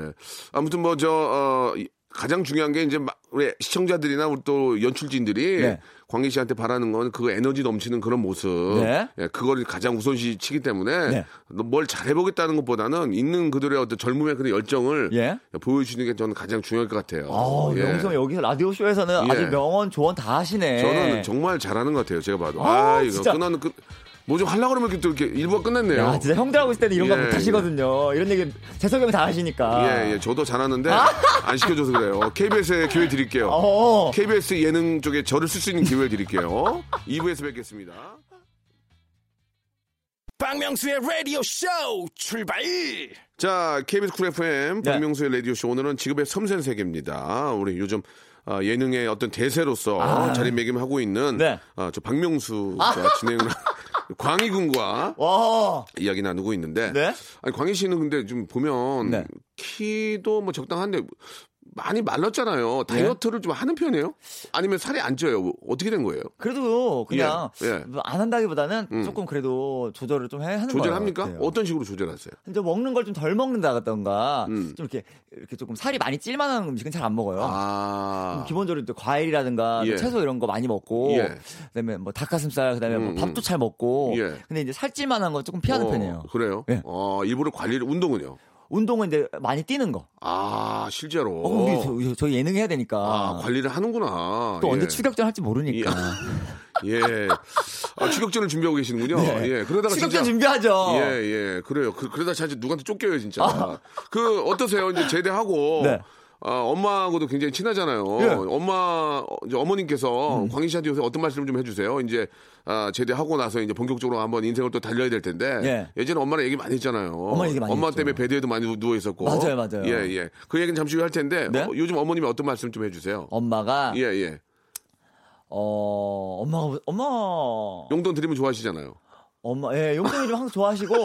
Speaker 3: 아무튼 뭐, 저, 어, 이- 가장 중요한 게 이제 막 우리 시청자들이나 우리 또 연출진들이
Speaker 10: 네.
Speaker 3: 광희 씨한테 바라는 건 그 에너지 넘치는 그런 모습.
Speaker 10: 네.
Speaker 3: 예, 그거를 가장 우선시 치기 때문에
Speaker 10: 네.
Speaker 3: 뭘 잘해보겠다는 것보다는 있는 그들의 어떤 젊음의 그런 열정을
Speaker 10: 예.
Speaker 3: 보여주는 게 저는 가장 중요할 것 같아요.
Speaker 10: 아,
Speaker 3: 예.
Speaker 10: 명성 여기서 라디오 쇼에서는
Speaker 3: 예.
Speaker 10: 아주 명언 조언 다 하시네.
Speaker 3: 저는 정말 잘하는 것 같아요. 제가 봐도. 아,
Speaker 10: 아,
Speaker 3: 이거
Speaker 10: 진짜.
Speaker 3: 끝나는 끝. 뭐좀 하려고 그러면 이렇게 또 이렇게 일부가 끝냈네요.
Speaker 10: 야, 진짜 형들하고 있을 때는 이런 거
Speaker 3: 예,
Speaker 10: 못 하시거든요. 이런 얘기 재석이 형이 다 하시니까.
Speaker 3: 예, 예, 저도 잘하는데 (laughs) 안 시켜줘서 그래요. KBS에 기회 드릴게요.
Speaker 10: 아. 어.
Speaker 3: KBS 예능 쪽에 저를 쓸 수 있는 기회를 드릴게요. (laughs) 2부에서 뵙겠습니다.
Speaker 9: 박명수의 라디오 쇼 출발
Speaker 3: 자, KBS 쿨 FM
Speaker 10: 네.
Speaker 3: 박명수의 라디오 쇼 오늘은 직업의 섬세한 세계입니다. 우리 요즘 어, 예능의 어떤 대세로서 자리매김하고 있는
Speaker 10: 아. 네. 아.
Speaker 3: 어, 저 박명수가
Speaker 10: (laughs)
Speaker 3: 진행을 광희군과
Speaker 10: 와.
Speaker 3: 이야기 나누고 있는데
Speaker 10: 네?
Speaker 3: 아니 광희 씨는 근데 좀 보면
Speaker 10: 네.
Speaker 3: 키도 뭐 적당한데 많이
Speaker 10: 네.
Speaker 3: 말랐잖아요. 다이어트를 좀 하는 편이에요? 아니면 살이 안 쪄요? 뭐 어떻게 된 거예요?
Speaker 10: 그래도 그냥
Speaker 3: 예, 예.
Speaker 10: 뭐안 한다기보다는 조금 그래도 조절을 좀 해- 하는 거예요.
Speaker 3: 조절합니까? 어떤 식으로 조절하세요?
Speaker 10: 이제 먹는 걸 좀 덜 먹는다던가 좀 이렇게 이렇게 조금 살이 많이 찔만한 음식은 잘 안 먹어요.
Speaker 3: 음.
Speaker 10: 뭐
Speaker 3: 아,
Speaker 10: 기본적으로 또 과일이라든가 뭐
Speaker 3: 예.
Speaker 10: 채소 이런 거 많이 먹고
Speaker 3: 예.
Speaker 10: 그다음에 뭐 닭가슴살 그다음에 뭐
Speaker 3: 음,
Speaker 10: 밥도
Speaker 3: 음.
Speaker 10: 잘 먹고
Speaker 3: 예.
Speaker 10: 근데 이제 살찔만한 건 조금 피하는
Speaker 3: 어,
Speaker 10: 편이에요.
Speaker 3: 그래요?
Speaker 10: 예.
Speaker 3: 어, 일부러 관리를 운동은요?
Speaker 10: 운동은 이제 많이 뛰는 거.
Speaker 3: 아, 실제로.
Speaker 10: 어, 우리 저, 우리 저희 예능 해야 되니까
Speaker 3: 아, 관리를 하는구나.
Speaker 10: 또
Speaker 3: 예.
Speaker 10: 언제 추격전 할지 모르니까
Speaker 3: 예. 아, 추격전을 준비하고 계시는군요.
Speaker 10: (laughs)
Speaker 3: 예. 그러다가
Speaker 10: 네. 추격전
Speaker 3: 진짜-
Speaker 10: 준비하죠.
Speaker 3: 예, 예, 그래요. 그, 러다 진짜 누구한테 쫓겨요, 진짜. 그, 어떠세요? 이제 제대하고.
Speaker 10: 아. 네.
Speaker 3: 아, 엄마하고도 굉장히 친하잖아요.
Speaker 10: 예. 음.
Speaker 3: 엄마, 어, 이제 어머님께서 광희 씨한테 요새 어떤 말씀 좀 해주세요. 이제, 아, 제대하고 나서 이제 본격적으로 한번 인생을 또 달려야 될 텐데. 예. 전에 엄마랑 얘기 많이 했잖아요.
Speaker 10: 엄마 얘기 많이 했죠.
Speaker 3: 때문에 베드에도 많이 누워있었고.
Speaker 10: 맞아요, 맞아요.
Speaker 3: 예, 예. 그 얘기는 잠시 후에 할 텐데.
Speaker 10: 네?
Speaker 3: 어, 요즘 어머님이 어떤 말씀 좀 해주세요.
Speaker 10: 엄마가
Speaker 3: 예, 예.
Speaker 10: 어 엄마가 엄마
Speaker 3: 용돈 드리면 좋아하시잖아요.
Speaker 10: 엄마, 예, 용돈이 좀 항상 좋아하시고.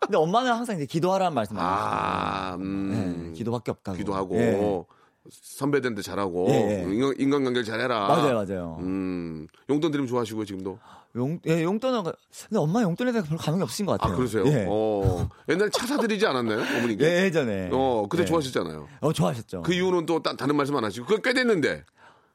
Speaker 10: 근데 엄마는 항상 이제 기도하라는 말씀 많이 하시죠.
Speaker 3: 아, 음.
Speaker 10: 기도밖에 없다고.
Speaker 3: 기도하고
Speaker 10: 예.
Speaker 3: 선배들한테 잘하고
Speaker 10: 예, 예.
Speaker 3: 인간, 인간관계를 잘해라.
Speaker 10: 맞아요, 맞아요.
Speaker 3: 음, 용돈 드리면 좋아하시고요 지금도.
Speaker 10: 용, 예, 용돈은, 그- 근데 엄마 용돈에 대해서 별로 감흥이 없으신 것
Speaker 3: 아
Speaker 10: 같아요.
Speaker 3: 그러세요?
Speaker 10: 예.
Speaker 3: 어, 옛날에 차 사드리지 않았나요 어머니께?
Speaker 10: 예, 예전에.
Speaker 3: 어, 그때
Speaker 10: 예.
Speaker 3: 좋아하셨잖아요.
Speaker 10: 어, 좋아하셨죠.
Speaker 3: 그 이후는 또 따, 다른 말씀 안 하시고 그거 꽤 됐는데.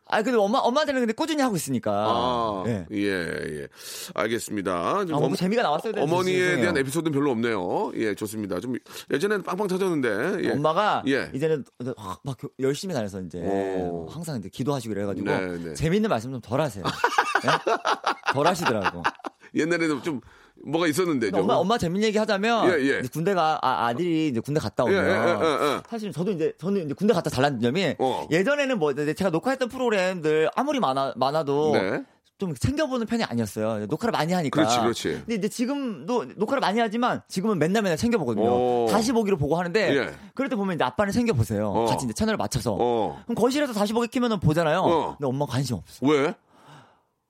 Speaker 10: 아, 근데 엄마, 엄마들은 근데 꾸준히 하고 있으니까.
Speaker 3: 아,
Speaker 10: 예.
Speaker 3: 예, 예. 알겠습니다. 좀
Speaker 10: 아, 너무
Speaker 3: 어머-
Speaker 10: 재미가 나왔어야 되는데.
Speaker 3: 어머니에
Speaker 10: 죄송해요.
Speaker 3: 대한 에피소드는 별로 없네요. 예, 좋습니다. 좀 예전에는 빵빵 터졌는데. 예.
Speaker 10: 엄마가
Speaker 3: 예.
Speaker 10: 이제는 확 막 열심히 다녀서 이제
Speaker 3: 오.
Speaker 10: 항상 이제 기도하시고 그래가지고
Speaker 3: 네, 네.
Speaker 10: 재밌는 말씀 좀 덜 하세요. 네? 덜
Speaker 3: (laughs)
Speaker 10: 하시더라고. 그러니까
Speaker 3: 옛날에는 좀 뭐가 있었는데 좀.
Speaker 10: 엄마 엄마 재밌는 얘기 하자면
Speaker 3: 예, 예.
Speaker 10: 이제 군대가 아, 아들이 이제 군대 갔다 오면
Speaker 3: 예, 예, 예, 예.
Speaker 10: 사실 저도 이제 저는 이제 군대 갔다 잘난 점이
Speaker 3: 어.
Speaker 10: 예전에는 뭐 이제 제가 녹화했던 프로그램들 아무리 많아 많아도
Speaker 3: 네.
Speaker 10: 좀 챙겨보는 편이 아니었어요. 녹화를 많이 하니까.
Speaker 3: 그렇지, 그렇지.
Speaker 10: 근데 이제 지금도 녹화를 많이 하지만 지금은 맨날 맨날 챙겨보거든요.
Speaker 3: 오.
Speaker 10: 다시 보기로 보고 하는데
Speaker 3: 어. 예.
Speaker 10: 그럴 때 보면 이제 아빠는 챙겨보세요.
Speaker 3: 어.
Speaker 10: 같이 이제 채널을 맞춰서.
Speaker 3: 어.
Speaker 10: 그럼 거실에서 다시 보기 키면 보잖아요.
Speaker 3: 어.
Speaker 10: 근데 엄마 관심 없어.
Speaker 3: 왜?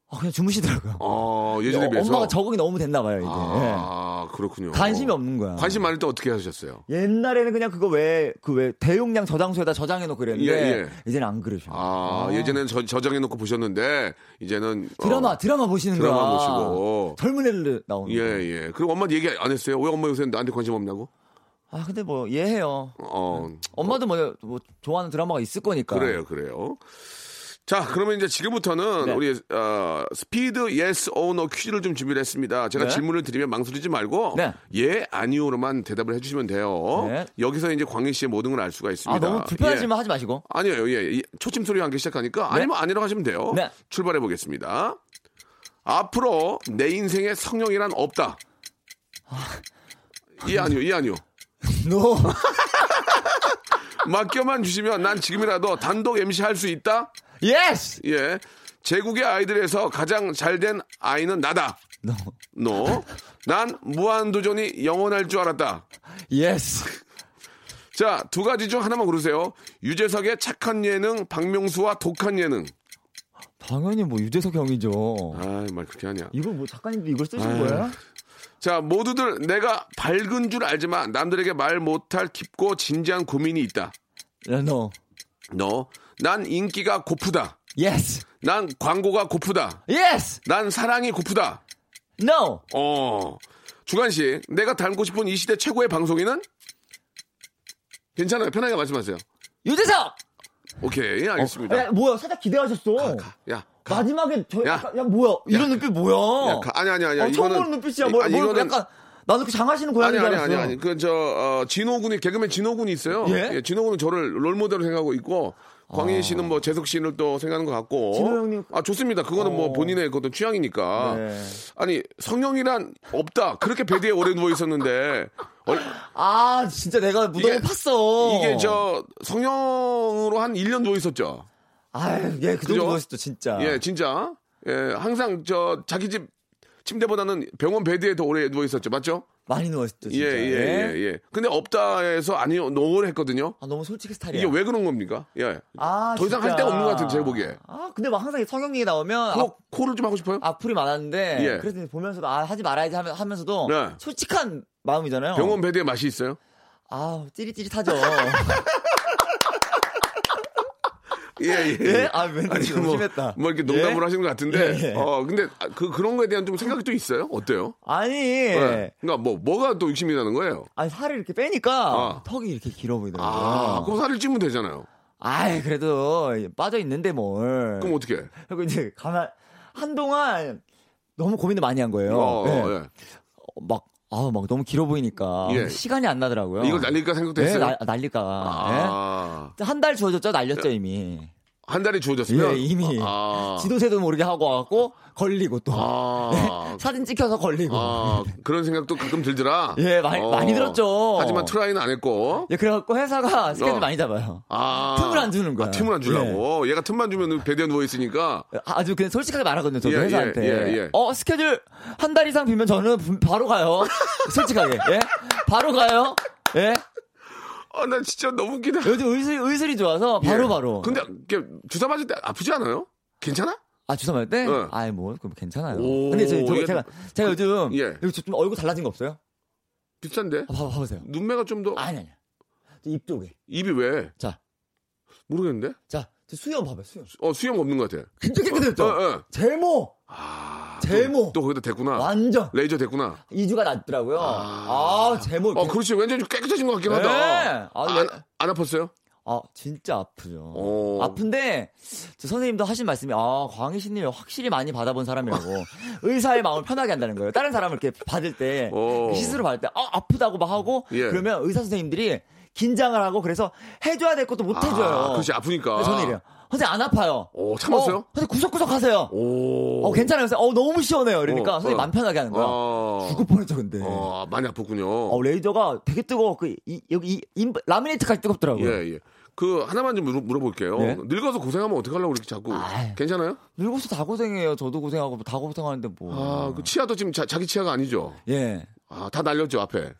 Speaker 10: 아, 그냥 주무시더라고요.
Speaker 3: 아, 예전에
Speaker 10: 어,
Speaker 3: 비해서.
Speaker 10: 엄마가 적응이 너무 됐나 봐요, 이게.
Speaker 3: 아, 그렇군요.
Speaker 10: 예. 관심이 없는 거야.
Speaker 3: 관심 많을 때 어떻게 하셨어요?
Speaker 10: 옛날에는 그냥 그거 왜 그 왜 대용량 저장소에다 저장해놓고 그랬는데
Speaker 3: 예,
Speaker 10: 이제는 안 그러죠.
Speaker 3: 아, 예전에는 저, 저장해놓고 보셨는데, 이제는. 어,
Speaker 10: 드라마 드라마 보시는 거야.
Speaker 3: 드라마 보시고.
Speaker 10: 젊은 애들 나오는.
Speaker 3: 예,
Speaker 10: 거야.
Speaker 3: 예. 그리고 엄마한테 얘기 안 했어요? 왜 엄마 요새 나한테 관심 없냐고?
Speaker 10: 아 근데 뭐 이해해요.
Speaker 3: 어,
Speaker 10: 엄마도 뭐, 뭐 좋아하는 드라마가 있을 거니까.
Speaker 3: 그래요, 그래요. 자, 그러면 이제 지금부터는
Speaker 10: 그러니까. 네.
Speaker 3: 우리 어, 스피드 yes or no 퀴즈를 좀 준비를 했습니다. 제가
Speaker 10: 네.
Speaker 3: 질문을 드리면 망설이지 말고
Speaker 10: 네.
Speaker 3: 예, 아니오로만 대답을 해주시면 돼요.
Speaker 10: 네.
Speaker 3: 여기서 이제 광희 씨의 모든 걸 알 수가 있습니다.
Speaker 10: 아 너무 불편하지만 하지
Speaker 3: (laughs)
Speaker 10: 마시고.
Speaker 3: 예. 아니에요, 예. 이 초침 소리와 함께 시작하니까
Speaker 10: 네.
Speaker 3: 아니면 아니라고 하시면 돼요.
Speaker 10: 네.
Speaker 3: 출발해 보겠습니다. 앞으로 내 인생에 성형이란 없다. 이 아니요, 이 아니요.
Speaker 10: 노.
Speaker 3: 맡겨만 주시면 난 지금이라도 단독 MC 할 수 있다.
Speaker 10: 예스.
Speaker 3: 예. 제국의 아이들에서 가장 잘된 아이는 나다.
Speaker 10: 노.
Speaker 3: 노. 난 무한도전이 영원할 줄 알았다. (laughs)
Speaker 10: 예스.
Speaker 3: 자, 두 가지 중 하나만 고르세요. 유재석의 착한 예능, 박명수와 독한 예능.
Speaker 10: 당연히 뭐 유재석 형이죠.
Speaker 3: 아, 말 그렇게 하냐.
Speaker 10: 이거 뭐 작가님도 이걸 쓰신 거예요?
Speaker 3: 자, 모두들 내가 밝은 줄 알지만 남들에게 말 못할 깊고 진지한 고민이 있다.
Speaker 10: 야, 노.
Speaker 3: 너. 난 인기가 고프다.
Speaker 10: 예스.
Speaker 3: 난 광고가 고프다.
Speaker 10: 예스.
Speaker 3: 난 사랑이 고프다.
Speaker 10: 노.
Speaker 3: 어. 주간 씨, 내가 닮고 싶은 이 시대 최고의 방송인은? 괜찮아요. 편하게 말씀하세요.
Speaker 10: 유재석.
Speaker 3: 오케이. 알겠습니다.
Speaker 10: 어. 야, 뭐야? 살짝 기대하셨어.
Speaker 3: 야. 가.
Speaker 10: 마지막에 저
Speaker 3: 야.
Speaker 10: 야, 야 뭐야? 이런 눈빛 뭐야?
Speaker 3: 야, 가. 아니 아니 아니. 아,
Speaker 10: 어, 처음 보는 눈빛이야. 뭐야? 뭐 약간 나도 그 장하시는 고양이
Speaker 3: 아니
Speaker 10: 줄
Speaker 3: 아니
Speaker 10: 알았어.
Speaker 3: 아니 아니. 그저 어, 진호 군이 개그맨 진호 군이 있어요.
Speaker 10: 예? 아.
Speaker 3: 진호 군은 저를 롤모델로 생각하고 있고 광희 씨는 뭐 재석 씨를 또 생각하는 것 같고.
Speaker 10: 진호 형님.
Speaker 3: 아 좋습니다. 그거는 뭐
Speaker 10: 어.
Speaker 3: 본인의 어떤 취향이니까.
Speaker 10: 네.
Speaker 3: 아니 성형이란 없다. 그렇게 베개에 오래 누워 있었는데 얼-
Speaker 10: 아, 진짜 내가 무덤을
Speaker 3: 이게-
Speaker 10: 팠어.
Speaker 3: 이게 저 성형으로 한 1년 누워 있었죠.
Speaker 10: 아유, 예, 그
Speaker 3: 그죠?
Speaker 10: 정도 멋있죠, 진짜.
Speaker 3: 예, 진짜. 예, 항상 저 자기 집 침대보다는 병원 베드에 더 오래 누워 있었죠. 맞죠?
Speaker 10: 많이
Speaker 3: 예,
Speaker 10: 누웠죠, 진짜.
Speaker 3: 예, 예, 예. 근데 없다에서 아니요, 노를 했거든요.
Speaker 10: 아, 너무 솔직히 스타일이야.
Speaker 3: 이게 왜 그런 겁니까? 예.
Speaker 10: 아,
Speaker 3: 더 이상
Speaker 10: 진짜.
Speaker 3: 할 데가 없는 것 같아요, 제가 보기에.
Speaker 10: 아, 근데 막 항상 성형 얘기 나오면
Speaker 3: 코, 코를 좀 하고 싶어요?
Speaker 10: 앞, 풀이 많았는데
Speaker 3: 예.
Speaker 10: 그래서 이제 보면서도 아, 하지 말아야지 하면, 하면서도
Speaker 3: 네.
Speaker 10: 솔직한 마음이잖아요.
Speaker 3: 병원 베드에 맛이 있어요?
Speaker 10: 아,
Speaker 3: (laughs)
Speaker 10: 찌릿찌릿하죠.
Speaker 3: 예, 예.
Speaker 10: (laughs) 예? 아, 멘트
Speaker 3: 아니,
Speaker 10: 너무
Speaker 3: 뭐,
Speaker 10: 심했다.
Speaker 3: 뭐 이렇게 농담으로
Speaker 10: 예?
Speaker 3: 하시는 것 같은데.
Speaker 10: 예, 예.
Speaker 3: 어, 근데 아, 그, 그런 거에 대한 좀 생각이 또 있어요? 어때요?
Speaker 10: 아니,
Speaker 3: 예. 그러니까 뭐, 뭐가 또 욕심이 나는 거예요?
Speaker 10: 아니 살을 이렇게 빼니까
Speaker 3: 아.
Speaker 10: 턱이 이렇게 길어 보이더라고요.
Speaker 3: 아, 그럼 살을 찌면 되잖아요.
Speaker 10: 아이 그래도 빠져 있는데 뭘.
Speaker 3: 그럼 뭐- 어떻게? 해?
Speaker 10: 그리고 이제 가만 한동안 너무 고민을 많이 한 거예요.
Speaker 3: 어,
Speaker 10: 예.
Speaker 3: 예.
Speaker 10: 어, 막 아, 막 너무 길어 보이니까
Speaker 3: 예.
Speaker 10: 시간이 안 나더라고요.
Speaker 3: 이걸 날릴까 생각도
Speaker 10: 예,
Speaker 3: 했어요?
Speaker 10: 나- 날릴까. 네.
Speaker 3: 아.
Speaker 10: 한달 주어졌죠, 날렸죠 이미.
Speaker 3: 한 달이 주어졌으면
Speaker 10: 예, 이미
Speaker 3: 아,
Speaker 10: 지도세도 모르게 하고 와갖고 걸리고 또
Speaker 3: 아,
Speaker 10: 사진 찍혀서 걸리고.
Speaker 3: 아, 그런 생각도 가끔 들더라. 어.
Speaker 10: 예, 많이- 많이 들었죠.
Speaker 3: 하지만 트라이는 안 했고.
Speaker 10: 예, 그래갖고 회사가 스케줄
Speaker 3: 어.
Speaker 10: 많이 잡아요.
Speaker 3: 아,
Speaker 10: 틈을 안 주는 거야. 네.
Speaker 3: 아, 틈을 안 주려고. 얘가 틈만 주면 배대에 누워 있으니까.
Speaker 10: 아주 그냥 솔직하게 말하거든요. 저도
Speaker 3: 예,
Speaker 10: 회사한테.
Speaker 3: 예, 예, 예.
Speaker 10: 어 스케줄 한 달 이상 비면 저는 분- 바로 가요. 솔직하게. 예? 바로 가요. 예?
Speaker 3: 아, 나 진짜 너무 웃기다.
Speaker 10: 요즘 의술 의술이 좋아서
Speaker 3: 예.
Speaker 10: 바로 바로.
Speaker 3: 근데 이렇게 주사 맞을 때 아프지 않아요? 괜찮아?
Speaker 10: 아 주사 맞을 때?
Speaker 3: 네.
Speaker 10: 아이 뭐 그럼 괜찮아요.
Speaker 3: 오,
Speaker 10: 근데 저, 저,
Speaker 3: 이게
Speaker 10: 제가 제가 요즘
Speaker 3: 예.
Speaker 10: 요즘 좀 얼굴 달라진 거 없어요?
Speaker 3: 비싼데?
Speaker 10: 아, 봐봐 봐보세요.
Speaker 3: 눈매가 좀 더
Speaker 10: 아니 아니. 입 쪽에.
Speaker 3: 입이 왜?
Speaker 10: 자,
Speaker 3: 모르겠는데?
Speaker 10: 자, 저 수염 봐봐 수염.
Speaker 3: 어 수염 없는 것 같아.
Speaker 10: 굉장히 깨끗했죠.
Speaker 3: 어, 어.
Speaker 10: 제모. 제모.
Speaker 3: 또 아. 거기다 됐구나.
Speaker 10: 완전
Speaker 3: 레이저 됐구나.
Speaker 10: 이주가 났더라고요. 아, 제모.
Speaker 3: 어 그렇지 왠지 좀 깨끗해진 것 같긴
Speaker 10: 네.
Speaker 3: 하다.
Speaker 10: 아,
Speaker 3: 안, 안 아팠어요?
Speaker 10: 아 진짜 아프죠.
Speaker 3: 오.
Speaker 10: 아픈데 저 선생님도 하신 말씀이 아 광희 씨님 확실히 많이
Speaker 3: (laughs)
Speaker 10: 받아본 사람이라고 의사의 마음을 편하게 한다는 거예요. 다른 사람을 이렇게 받을 때
Speaker 3: 오.
Speaker 10: 시술을 받을 때 아 아프다고 막 하고
Speaker 3: 어. 예.
Speaker 10: 그러면 의사 선생님들이 긴장을 하고 그래서 해줘야 될 것도 못 해줘요.
Speaker 3: 아, 그렇지 아프니까.
Speaker 10: 근데 저는 이래요. 선생님 안 아파요.
Speaker 3: 오, 참았어요?
Speaker 10: 어, 선생님 구석구석 하세요.
Speaker 3: 오.
Speaker 10: 어 괜찮아요. 선생님. 어 너무 시원해요.
Speaker 3: 어,
Speaker 10: 그러니까 선생님
Speaker 3: 어.
Speaker 10: 맘 편하게 하는 거예요.
Speaker 3: 어.
Speaker 10: 죽을 뻔했죠 근데. 어.
Speaker 3: 어, 많이 아팠군요.
Speaker 10: 레이저가 되게 뜨거워. 그 이, 여기 이, 인- 라미네이트까지 뜨겁더라고요.
Speaker 3: 예, 예. 그 하나만 좀 물어, 볼게요
Speaker 10: 네.
Speaker 3: 늙어서 고생하면 어떡하려고 이렇게 자꾸
Speaker 10: 아유. 예.
Speaker 3: 괜찮아요?
Speaker 10: 늙어서 다 고생해요. 저도 고생하고 다 고생하는데 뭐.
Speaker 3: 아, 그 치아도 지금 자, 기 치아가 아니죠.
Speaker 10: 예.
Speaker 3: 아, 다 날렸죠, 앞에.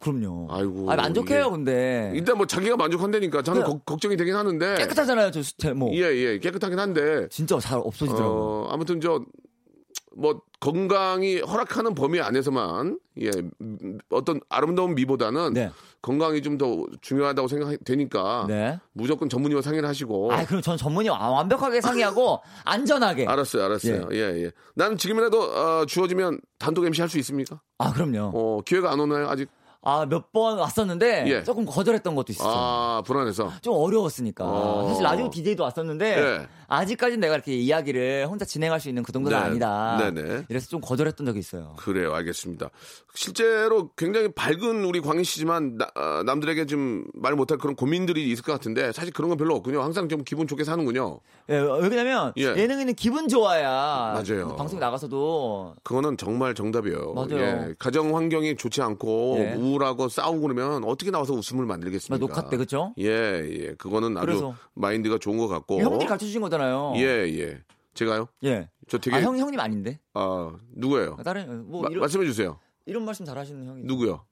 Speaker 10: 그럼요.
Speaker 3: 아이고, 예.
Speaker 10: 아, 만족해요,
Speaker 3: 이게-
Speaker 10: 근데.
Speaker 3: 일단 뭐 자기가 만족한다니까 저는
Speaker 10: 네.
Speaker 3: 걱- 걱정이 되긴 하는데
Speaker 10: 깨끗하잖아요, 저 수태. 뭐.
Speaker 3: 예, 예. 깨끗하긴 한데
Speaker 10: 진짜 잘 없어지더라고요.
Speaker 3: 어, 아무튼 저 뭐 건강이 허락하는 범위 안에서만 예 음, 어떤 아름다운 미보다는
Speaker 10: 네.
Speaker 3: 건강이 좀 더 중요하다고 생각되니까
Speaker 10: 네.
Speaker 3: 무조건 전문의와 상의를 하시고
Speaker 10: 아, 그럼 전 전문의 와- 완벽하게
Speaker 3: (laughs)
Speaker 10: 상의하고 안전하게.
Speaker 3: 어. 알았어요, 알았어요. 예, 예. 난 지금이라도 어, 주어지면 단독 MC 할 수 있습니까?
Speaker 10: 아, 그럼요.
Speaker 3: 어, 기회가 안 오나요? 아직
Speaker 10: 아, 몇 번 왔었는데
Speaker 3: 예.
Speaker 10: 조금 거절했던 것도 있었어요.
Speaker 3: 아 불안해서.
Speaker 10: 좀 어려웠으니까.
Speaker 3: 어.
Speaker 10: 사실 라디오 DJ도 왔었는데
Speaker 3: 예.
Speaker 10: 아직까지는 내가 이렇게 이야기를 혼자 진행할 수 있는 그 정도는
Speaker 3: 네.
Speaker 10: 아니다.
Speaker 3: 네네.
Speaker 10: 이래서 좀 거절했던 적이 있어요.
Speaker 3: 그래요, 알겠습니다. 실제로 굉장히 밝은 우리 광희 씨지만 나- 아, 남들에게 좀 말 못할 그런 고민들이 있을 것 같은데 사실 그런 건 별로 없군요. 항상 좀 기분 좋게 사는군요.
Speaker 10: 예, 왜냐면
Speaker 3: 예.
Speaker 10: 예. 능에는 기분 좋아야
Speaker 3: 맞아요.
Speaker 10: 방송 나가서도
Speaker 3: 그거는 정말 정답이에요.
Speaker 10: 맞아요.
Speaker 3: 예, 가정 환경이 좋지 않고
Speaker 10: 예.
Speaker 3: 우울하고 싸우고 그러면 어떻게 나와서 웃음을
Speaker 10: 막
Speaker 3: 만들겠습니까?
Speaker 10: 녹화 때 그죠?
Speaker 3: 예, 예. 그거는 아주
Speaker 10: 그래서.
Speaker 3: 마인드가 좋은 것 같고.
Speaker 10: 형님 가르쳐 주신 거잖아요.
Speaker 3: 어? 예, 예. 제가요?
Speaker 10: 예.
Speaker 3: 저 되게
Speaker 10: 아, 형 형님 아닌데.
Speaker 3: 아, 누구예요?
Speaker 10: 다른 뭐
Speaker 3: 마-
Speaker 10: 이런, 네.
Speaker 3: 말씀해 주세요.
Speaker 10: 이런 말씀 잘하시는 형이
Speaker 3: 누구요?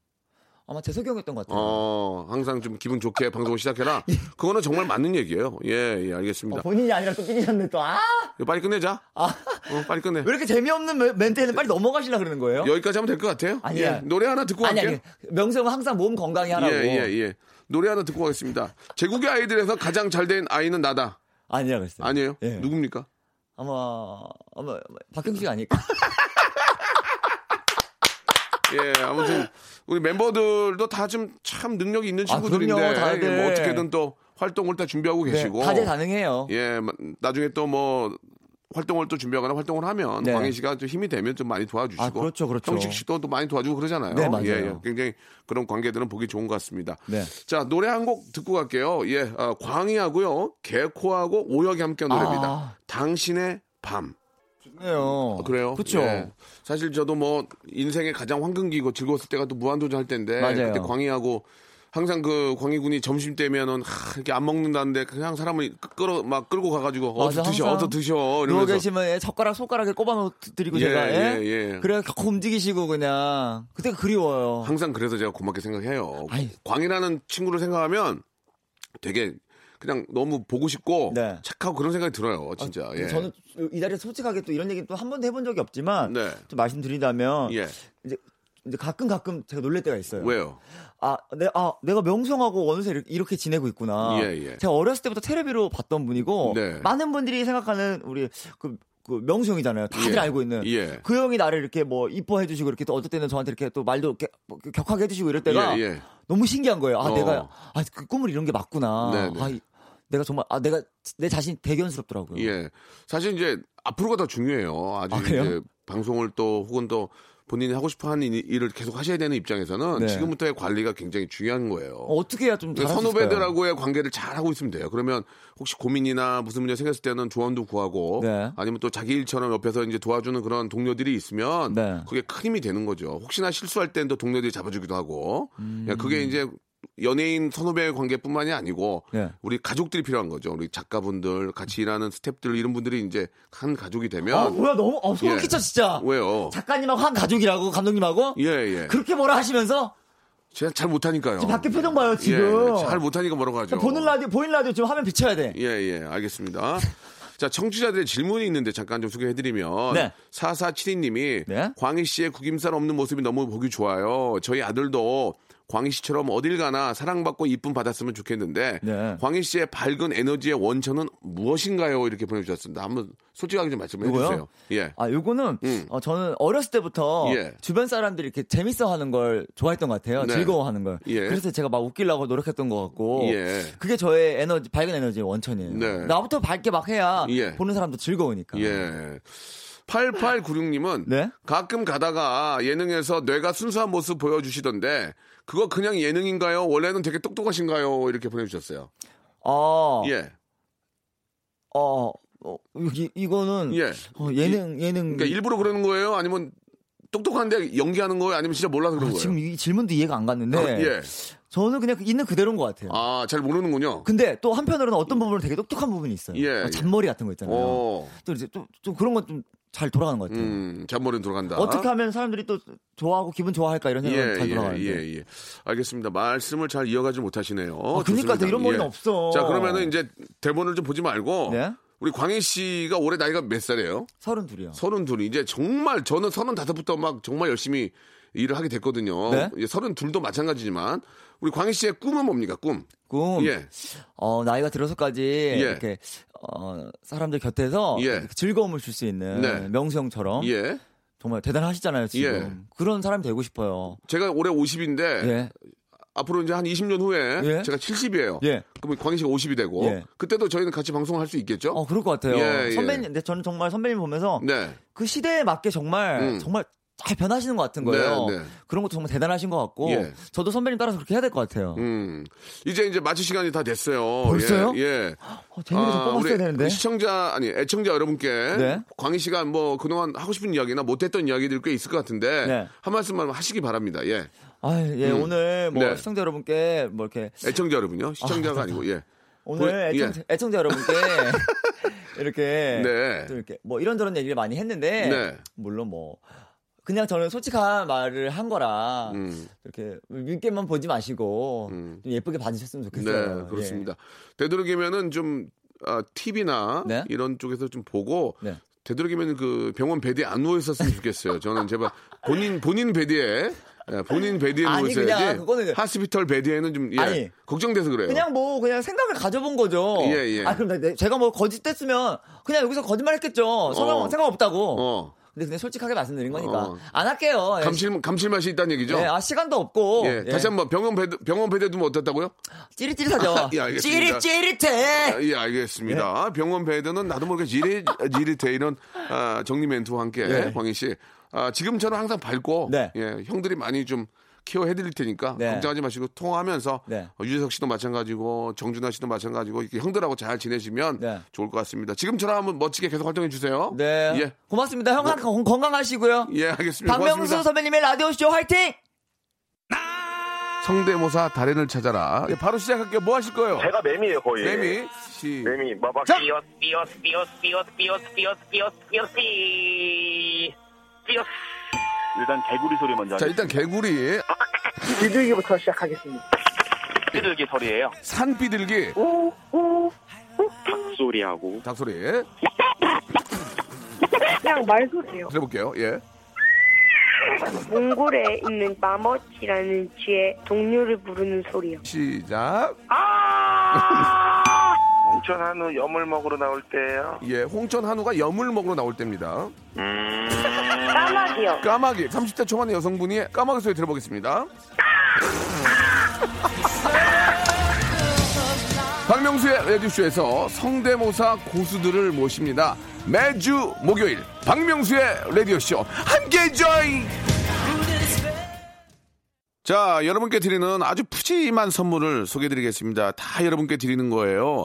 Speaker 10: 아마 재석이 형이었던 것 같아요.
Speaker 3: 어, 항상 좀 기분 좋게 방송을
Speaker 10: (laughs)
Speaker 3: 시작해라. 그거는 정말 맞는 얘기예요. 예, 예, 알겠습니다.
Speaker 10: 예. 어, 본인이 아니라 또 삐리셨네 또. 아!
Speaker 3: 빨리 끝내자.
Speaker 10: 아.
Speaker 3: 어, 빨리 끝내.
Speaker 10: 왜 이렇게 재미없는 멘- 멘트에는 빨리 넘어가시려 그러는 거예요?
Speaker 3: 여기까지 하면 될 것 같아요.
Speaker 10: 아니야.
Speaker 3: 예, 노래 하나 듣고
Speaker 10: 아니
Speaker 3: 갈게요.
Speaker 10: 아니. 명수 형은 항상 몸 건강히 하라고.
Speaker 3: 예, 예, 예. 노래 하나 듣고 가겠습니다. 제국의 아이들에서 가장 잘 된 아이는 나다.
Speaker 10: 아니라 그랬어요.
Speaker 3: 아니에요?
Speaker 10: 예.
Speaker 3: 누굽니까?
Speaker 10: 아마 아마 박형 씨가 아닐까?
Speaker 3: 예, 아무튼 우리 멤버들도 다 좀 참 능력이 있는
Speaker 10: 아,
Speaker 3: 친구들인데
Speaker 10: 그럼요, 다들.
Speaker 3: 뭐 어떻게든 또 활동을 다 준비하고
Speaker 10: 네,
Speaker 3: 계시고
Speaker 10: 다재다능해요.
Speaker 3: 예, 마- 나중에 또 뭐 활동을 또 준비하거나 활동을 하면
Speaker 10: 네.
Speaker 3: 광희 씨가 좀 힘이 되면 좀 많이 도와주시고
Speaker 10: 아, 그렇죠, 그렇죠.
Speaker 3: 형식 씨도 또 많이 도와주고 그러잖아요.
Speaker 10: 네, 맞아요.
Speaker 3: 예, 예. 굉장히 그런 관계들은 보기 좋은 것 같습니다.
Speaker 10: 네.
Speaker 3: 자, 노래 한 곡 듣고 갈게요. 예, 아, 광희하고요, 개코하고 오혁이 함께한 노래입니다.
Speaker 10: 아.
Speaker 3: 당신의 밤.
Speaker 10: 좋네요.
Speaker 3: 아, 그래요?
Speaker 10: 그렇죠.
Speaker 3: 예. 사실 저도 뭐 인생의 가장 황금기고 즐거웠을 때가 또 무한도전 할 때인데
Speaker 10: 맞아요.
Speaker 3: 그때 광희하고 항상 그 광희 군이 점심 때면은 하, 이렇게 안 먹는다는데 그냥 사람을 끄- 끌어 막 끌고 가가지고 어서
Speaker 10: 맞아,
Speaker 3: 드셔,
Speaker 10: 항상
Speaker 3: 어서 드셔
Speaker 10: 누워
Speaker 3: 뭐 이러면서
Speaker 10: 계시면 예, 젓가락 손가락에 꼽아 드리고
Speaker 3: 예,
Speaker 10: 제가 예?
Speaker 3: 예, 예.
Speaker 10: 그래 갖고 움직이시고 그냥 그때 그리워요.
Speaker 3: 항상 그래서 제가 고맙게 생각해요.
Speaker 10: 아이.
Speaker 3: 광희라는 친구를 생각하면 되게 그냥 너무 보고 싶고
Speaker 10: 네. 아,
Speaker 3: 착하고 그런 생각이 들어요, 진짜. 예.
Speaker 10: 저는 이 자리에서 솔직하게 또 이런 얘기 또 한 번도 해본 적이 없지만
Speaker 3: 네.
Speaker 10: 좀 말씀드린다면
Speaker 3: 예.
Speaker 10: 이제, 이제 가끔 가끔 제가 놀랄 때가 있어요.
Speaker 3: 왜요?
Speaker 10: 아, 내, 아, 내가 명성하고 어느새 이렇게- 이렇게 지내고 있구나.
Speaker 3: 예, 예.
Speaker 10: 제가 어렸을 때부터 테레비로 봤던 분이고
Speaker 3: 네.
Speaker 10: 많은 분들이 생각하는 우리 그, 그 명수 형이잖아요. 다들
Speaker 3: 예.
Speaker 10: 알고 있는.
Speaker 3: 예.
Speaker 10: 그 형이 나를 이렇게 뭐 이뻐해 주시고 이렇게 또 어떨 때는 저한테 이렇게 또 말도 이렇게 뭐 격하게 해 주시고 이럴 때가
Speaker 3: 예, 예.
Speaker 10: 너무 신기한 거예요. 아,
Speaker 3: 어.
Speaker 10: 내가 아, 그 꿈을 이런 게 맞구나.
Speaker 3: 네, 네.
Speaker 10: 아, 이- 내가 정말 아, 내가 내 자신이 대견스럽더라고요.
Speaker 3: 예. 사실 이제 앞으로가 더 중요해요. 아주
Speaker 10: 어. 아, 그래요?
Speaker 3: 이제 방송을 또 혹은 또 본인이 하고 싶어 하는 일- 일을 계속 하셔야 되는 입장에서는
Speaker 10: 네.
Speaker 3: 지금부터의 관리가 굉장히 중요한 거예요.
Speaker 10: 어, 떻게 해야 좀 잘할 수 있을까요?
Speaker 3: 선후배들하고의 관계를 잘 하고 있으면 돼요. 그러면 혹시 고민이나 무슨 문제 생겼을 때는 조언도 구하고
Speaker 10: 네.
Speaker 3: 아니면 또 자기 일처럼 옆에서 이제 도와주는 그런 동료들이 있으면
Speaker 10: 네.
Speaker 3: 그게 큰 힘이 되는 거죠. 혹시나 실수할 때는 또 동료들이 잡아주기도 하고
Speaker 10: 음.
Speaker 3: 예, 그게 이제 연예인 선후배 관계뿐만이 아니고
Speaker 10: 네.
Speaker 3: 우리 가족들이 필요한 거죠. 우리 작가분들 같이 일하는 스탭들 이런 분들이 이제 한 가족이 되면
Speaker 10: 아, 뭐야 너무 어, 소름
Speaker 3: 예.
Speaker 10: 끼쳐 진짜.
Speaker 3: 왜요?
Speaker 10: 작가님하고 한 가족이라고 감독님하고
Speaker 3: 예, 예.
Speaker 10: 그렇게 뭐라 하시면서
Speaker 3: 제가 잘 못하니까요.
Speaker 10: 지금 밖에 표정 봐요 지금. 그러니까
Speaker 3: 예, 잘 못하니까 뭐라고 하죠.
Speaker 10: 보는 라디오 보이는 라디오 지금 화면 비춰야 돼.
Speaker 3: 예, 예, 알겠습니다. 예, 자, 청취자들의 질문이 있는데 잠깐 좀 소개해드리면.
Speaker 10: 네.
Speaker 3: 4472님이
Speaker 10: 네.
Speaker 3: 광희 씨의 구김살 없는 모습이 너무 보기 좋아요. 저희 아들도 광희 씨처럼 어딜 가나 사랑받고 이쁨 받았으면 좋겠는데
Speaker 10: 네.
Speaker 3: 광희 씨의 밝은 에너지의 원천은 무엇인가요? 이렇게 보내주셨습니다. 한번 솔직하게 좀 말씀해
Speaker 10: 요거요?
Speaker 3: 주세요. 예.
Speaker 10: 아, 요거는
Speaker 3: 음.
Speaker 10: 어, 저는 어렸을 때부터
Speaker 3: 예.
Speaker 10: 주변 사람들이 이렇게 재밌어 하는 걸 좋아했던 것 같아요.
Speaker 3: 네.
Speaker 10: 즐거워하는 걸.
Speaker 3: 예.
Speaker 10: 그래서 제가 막 웃기려고 노력했던 것 같고
Speaker 3: 예.
Speaker 10: 그게 저의 에너지 밝은 에너지의 원천이에요.
Speaker 3: 네.
Speaker 10: 나부터 밝게 막 해야
Speaker 3: 예.
Speaker 10: 보는 사람도 즐거우니까.
Speaker 3: 예. 8896님은
Speaker 10: 아, 네?
Speaker 3: 가끔 가다가 예능에서 뇌가 순수한 모습 보여주시던데 그거 그냥 예능인가요? 원래는 되게 똑똑하신가요? 이렇게 보내주셨어요.
Speaker 10: 어,
Speaker 3: 예.
Speaker 10: 어, 어, 여기 이거는
Speaker 3: 예.
Speaker 10: 어, 예능 예능
Speaker 3: 그러니까 일부러 그러는 거예요? 아니면 똑똑한데 연기하는 거예요? 아니면 진짜 몰라서 그런
Speaker 10: 아,
Speaker 3: 거예요?
Speaker 10: 지금 이 질문도 이해가 안 갔는데
Speaker 3: 아, 예.
Speaker 10: 저는 그냥 있는 그대로인 것 같아요.
Speaker 3: 아, 잘 모르는군요.
Speaker 10: 근데 또 한편으로는 어떤 부분은 되게 똑똑한 부분이 있어요.
Speaker 3: 예,
Speaker 10: 어, 잔머리 같은 거 있잖아요.
Speaker 3: 어.
Speaker 10: 또 이제 좀, 좀 그런 건 좀 잘 돌아가는 것 같아요.
Speaker 3: 음, 잔머리는 돌아간다.
Speaker 10: 어떻게 하면 사람들이 또 좋아하고 기분 좋아할까 이런 생각이
Speaker 3: 예,
Speaker 10: 잘
Speaker 3: 예,
Speaker 10: 돌아가는데.
Speaker 3: 예, 예. 알겠습니다. 말씀을 잘 이어가지 못하시네요.
Speaker 10: 아, 그러니까
Speaker 3: 좋습니다. 예.
Speaker 10: 이런 머리는 없어.
Speaker 3: 자, 그러면은 이제 대본을 좀 보지 말고
Speaker 10: 네?
Speaker 3: 우리 광희 씨가 올해 나이가 몇 살이에요?
Speaker 10: 서른 둘이요.
Speaker 3: 서른 둘이 이제 정말 저는 서른 다섯부터 막 정말 열심히 일을 하게 됐거든요.
Speaker 10: 네?
Speaker 3: 서른 둘도 마찬가지지만 우리 광희 씨의 꿈은 뭡니까? 꿈.
Speaker 10: 꿈.
Speaker 3: 예.
Speaker 10: 어, 나이가 들어서까지 이렇게 어, 사람들 곁에서
Speaker 3: 예.
Speaker 10: 이렇게 즐거움을 줄 수 있는
Speaker 3: 네.
Speaker 10: 명수 형처럼
Speaker 3: 예.
Speaker 10: 정말 대단하시잖아요, 지금. 그런 사람이 되고 싶어요.
Speaker 3: 제가 올해 50인데
Speaker 10: 예.
Speaker 3: 앞으로 이제 한 20년 후에
Speaker 10: 예.
Speaker 3: 제가 70이에요.
Speaker 10: 예.
Speaker 3: 그러면 광희 씨가 50이 되고
Speaker 10: 예.
Speaker 3: 그때도 저희는 같이 방송할 수 있겠죠?
Speaker 10: 어, 그럴 것 같아요.
Speaker 3: 예, 예.
Speaker 10: 선배님, 근데 저는 정말 선배님 보면서
Speaker 3: 네.
Speaker 10: 그 시대에 맞게 정말
Speaker 3: 음.
Speaker 10: 정말 잘 변하시는 것 같은 거예요.
Speaker 3: 네, 네.
Speaker 10: 그런 것도 정말 대단하신 것 같고
Speaker 3: 예.
Speaker 10: 저도 선배님 따라서 그렇게 해야 될 것 같아요.
Speaker 3: 음. 이제 이제 마칠 시간이 다 됐어요.
Speaker 10: 벌써요?
Speaker 3: 예. 예.
Speaker 10: 어, 재미를 더 뽑았어야
Speaker 3: 우리
Speaker 10: 되는데.
Speaker 3: 그 시청자 아니 애청자 여러분께
Speaker 10: 네.
Speaker 3: 광희 씨가 뭐 그동안 하고 싶은 이야기나 못했던 이야기들 꽤 있을 것 같은데
Speaker 10: 네.
Speaker 3: 한 말씀만 하시기 바랍니다. 예.
Speaker 10: 아, 예,
Speaker 3: 음.
Speaker 10: 오늘 뭐
Speaker 3: 네.
Speaker 10: 시청자 여러분께 뭐 이렇게
Speaker 3: 애청자 여러분요. 시청자가 아, 니고 예.
Speaker 10: 오늘
Speaker 3: 볼-
Speaker 10: 애청,
Speaker 3: 예.
Speaker 10: 애청자
Speaker 3: (laughs)
Speaker 10: 여러분께 이렇게
Speaker 3: 네.
Speaker 10: 또 이렇게 뭐 이런저런 얘기를 많이 했는데
Speaker 3: 네.
Speaker 10: 물론 뭐 그냥 저는 솔직한 말을 한 거라
Speaker 3: 음.
Speaker 10: 이렇게 윗게만 보지 마시고 좀 예쁘게 봐주셨으면
Speaker 3: 네,
Speaker 10: 좋겠어요. 예.
Speaker 3: 그렇습니다. 되도록이면은 좀 아, TV나
Speaker 10: 네.
Speaker 3: 이런 쪽에서 좀 보고
Speaker 10: 네.
Speaker 3: 되도록이면 그 병원 베드에 안 누워 있었으면 좋겠어요. 저는 제발 본인 본인 베드에 예, 본인 베드에 누워
Speaker 10: 아니,
Speaker 3: 있어야지.
Speaker 10: 그냥 그거는-
Speaker 3: 하스피털 베드에는 좀 예,
Speaker 10: 아니.
Speaker 3: 걱정돼서 그래요.
Speaker 10: 그냥 뭐 그냥 생각을 가져본 거죠.
Speaker 3: 예, 예.
Speaker 10: 아 그럼 나- 내- 제가 뭐 거짓됐으면 그냥 여기서 거짓말했겠죠. 생각,
Speaker 3: 어.
Speaker 10: 생각 없다고.
Speaker 3: 어.
Speaker 10: 근데 그냥 솔직하게 말씀드린 거니까
Speaker 3: 어.
Speaker 10: 안 할게요. 예,
Speaker 3: 감칠 감칠맛이 있다는 얘기죠.
Speaker 10: 예, 아 시간도 없고.
Speaker 3: 예, 다시 한번 병원 베드 병원 베드 두면 어떻다고요? (laughs)
Speaker 10: 찌릿찌릿하죠.
Speaker 3: 예, 알겠습니다.
Speaker 10: 찌릿찌릿해.
Speaker 3: 아, 예, 알겠습니다.
Speaker 10: 네.
Speaker 3: 병원 베드는 나도 모르게 지릿, 지릿해 이런 아, 정리 멘트와 함께
Speaker 10: 네.
Speaker 3: 광희 씨. 아, 지금처럼 항상 밝고
Speaker 10: 네.
Speaker 3: 예, 형들이 많이 좀 케어해드릴 테니까
Speaker 10: 네.
Speaker 3: 걱정하지 마시고 통화하면서
Speaker 10: 네.
Speaker 3: 어, 유재석 씨도 마찬가지고 정준하 씨도 마찬가지고 이렇게 형들하고 잘 지내시면
Speaker 10: 네.
Speaker 3: 좋을 것 같습니다. 지금처럼 한번 멋지게 계속 활동해 주세요.
Speaker 10: 네.
Speaker 3: 예,
Speaker 10: 고맙습니다. 형 항상 건- 건강하시고요.
Speaker 3: 예, 알겠습니다.
Speaker 10: 박명수
Speaker 3: 고맙습니다.
Speaker 10: 선배님의 라디오쇼 화이팅!
Speaker 3: 성대모사 달인을 찾아라. 예, 바로 시작할게요. 뭐 하실 거예요?
Speaker 7: 제가 매미예요
Speaker 10: 네.
Speaker 7: 거의.
Speaker 3: 레미 씨.
Speaker 7: 매미. 마박.
Speaker 10: 자!
Speaker 4: 뭐, Dios, Dios, Dios, Dios, Dios, Dios, Dios, Dios, sí. Dios.
Speaker 2: 일단 개구리 소리 먼저
Speaker 3: 자, 일단 개구리
Speaker 5: 비둘기부터 시작하겠습니다.
Speaker 7: 비둘기 소리예요.
Speaker 3: 산비둘기
Speaker 7: 소리하고.
Speaker 3: 닭소리
Speaker 6: 그냥 말소리예요.
Speaker 3: 들어볼게요. 예.
Speaker 6: 몽골에 있는 마멋이라는 쥐의 동료를 부르는 소리요.
Speaker 3: 시작.
Speaker 7: 홍천 한우 염을 먹으러 나올 때예요.
Speaker 3: 예, 홍천 한우가 염을 먹으러 나올 때입니다.
Speaker 6: 까마귀요.
Speaker 3: 까마귀, 30대 초반의 여성분이 까마귀 소리 들어보겠습니다. (laughs) 박명수의 라디오쇼에서 성대모사 고수들을 모십니다. 매주 목요일 박명수의 라디오쇼 함께 join. 자, 여러분께 드리는 아주 푸짐한 선물을 소개드리겠습니다. 다 여러분께 드리는 거예요.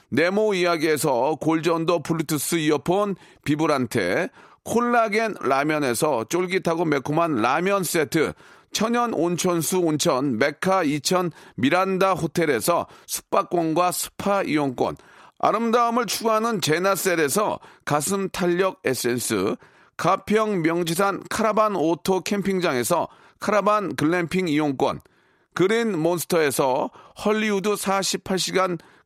Speaker 3: 네모 이야기에서 골전도 블루투스 이어폰 비브란테, 콜라겐 라면에서 쫄깃하고 매콤한 라면 세트, 천연 온천수 온천 메카 이천 미란다 호텔에서 숙박권과 스파 이용권, 아름다움을 추구하는 제나셀에서 가슴 탄력 에센스, 가평 명지산 카라반 오토 캠핑장에서 카라반 글램핑 이용권, 그린 몬스터에서 헐리우드 48시간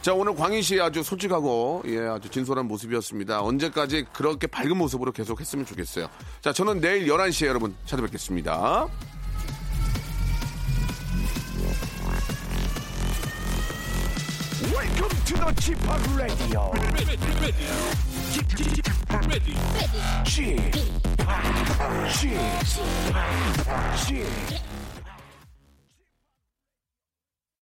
Speaker 3: 자, 오늘 광희 씨 아주 솔직하고, 예, 아주 진솔한 모습이었습니다. 언제까지 그렇게 밝은 모습으로 계속 했으면 좋겠어요. 자, 저는 내일 11시에 여러분 찾아뵙겠습니다.
Speaker 1: Welcome to the Chip Radio. Chip, chip, chip.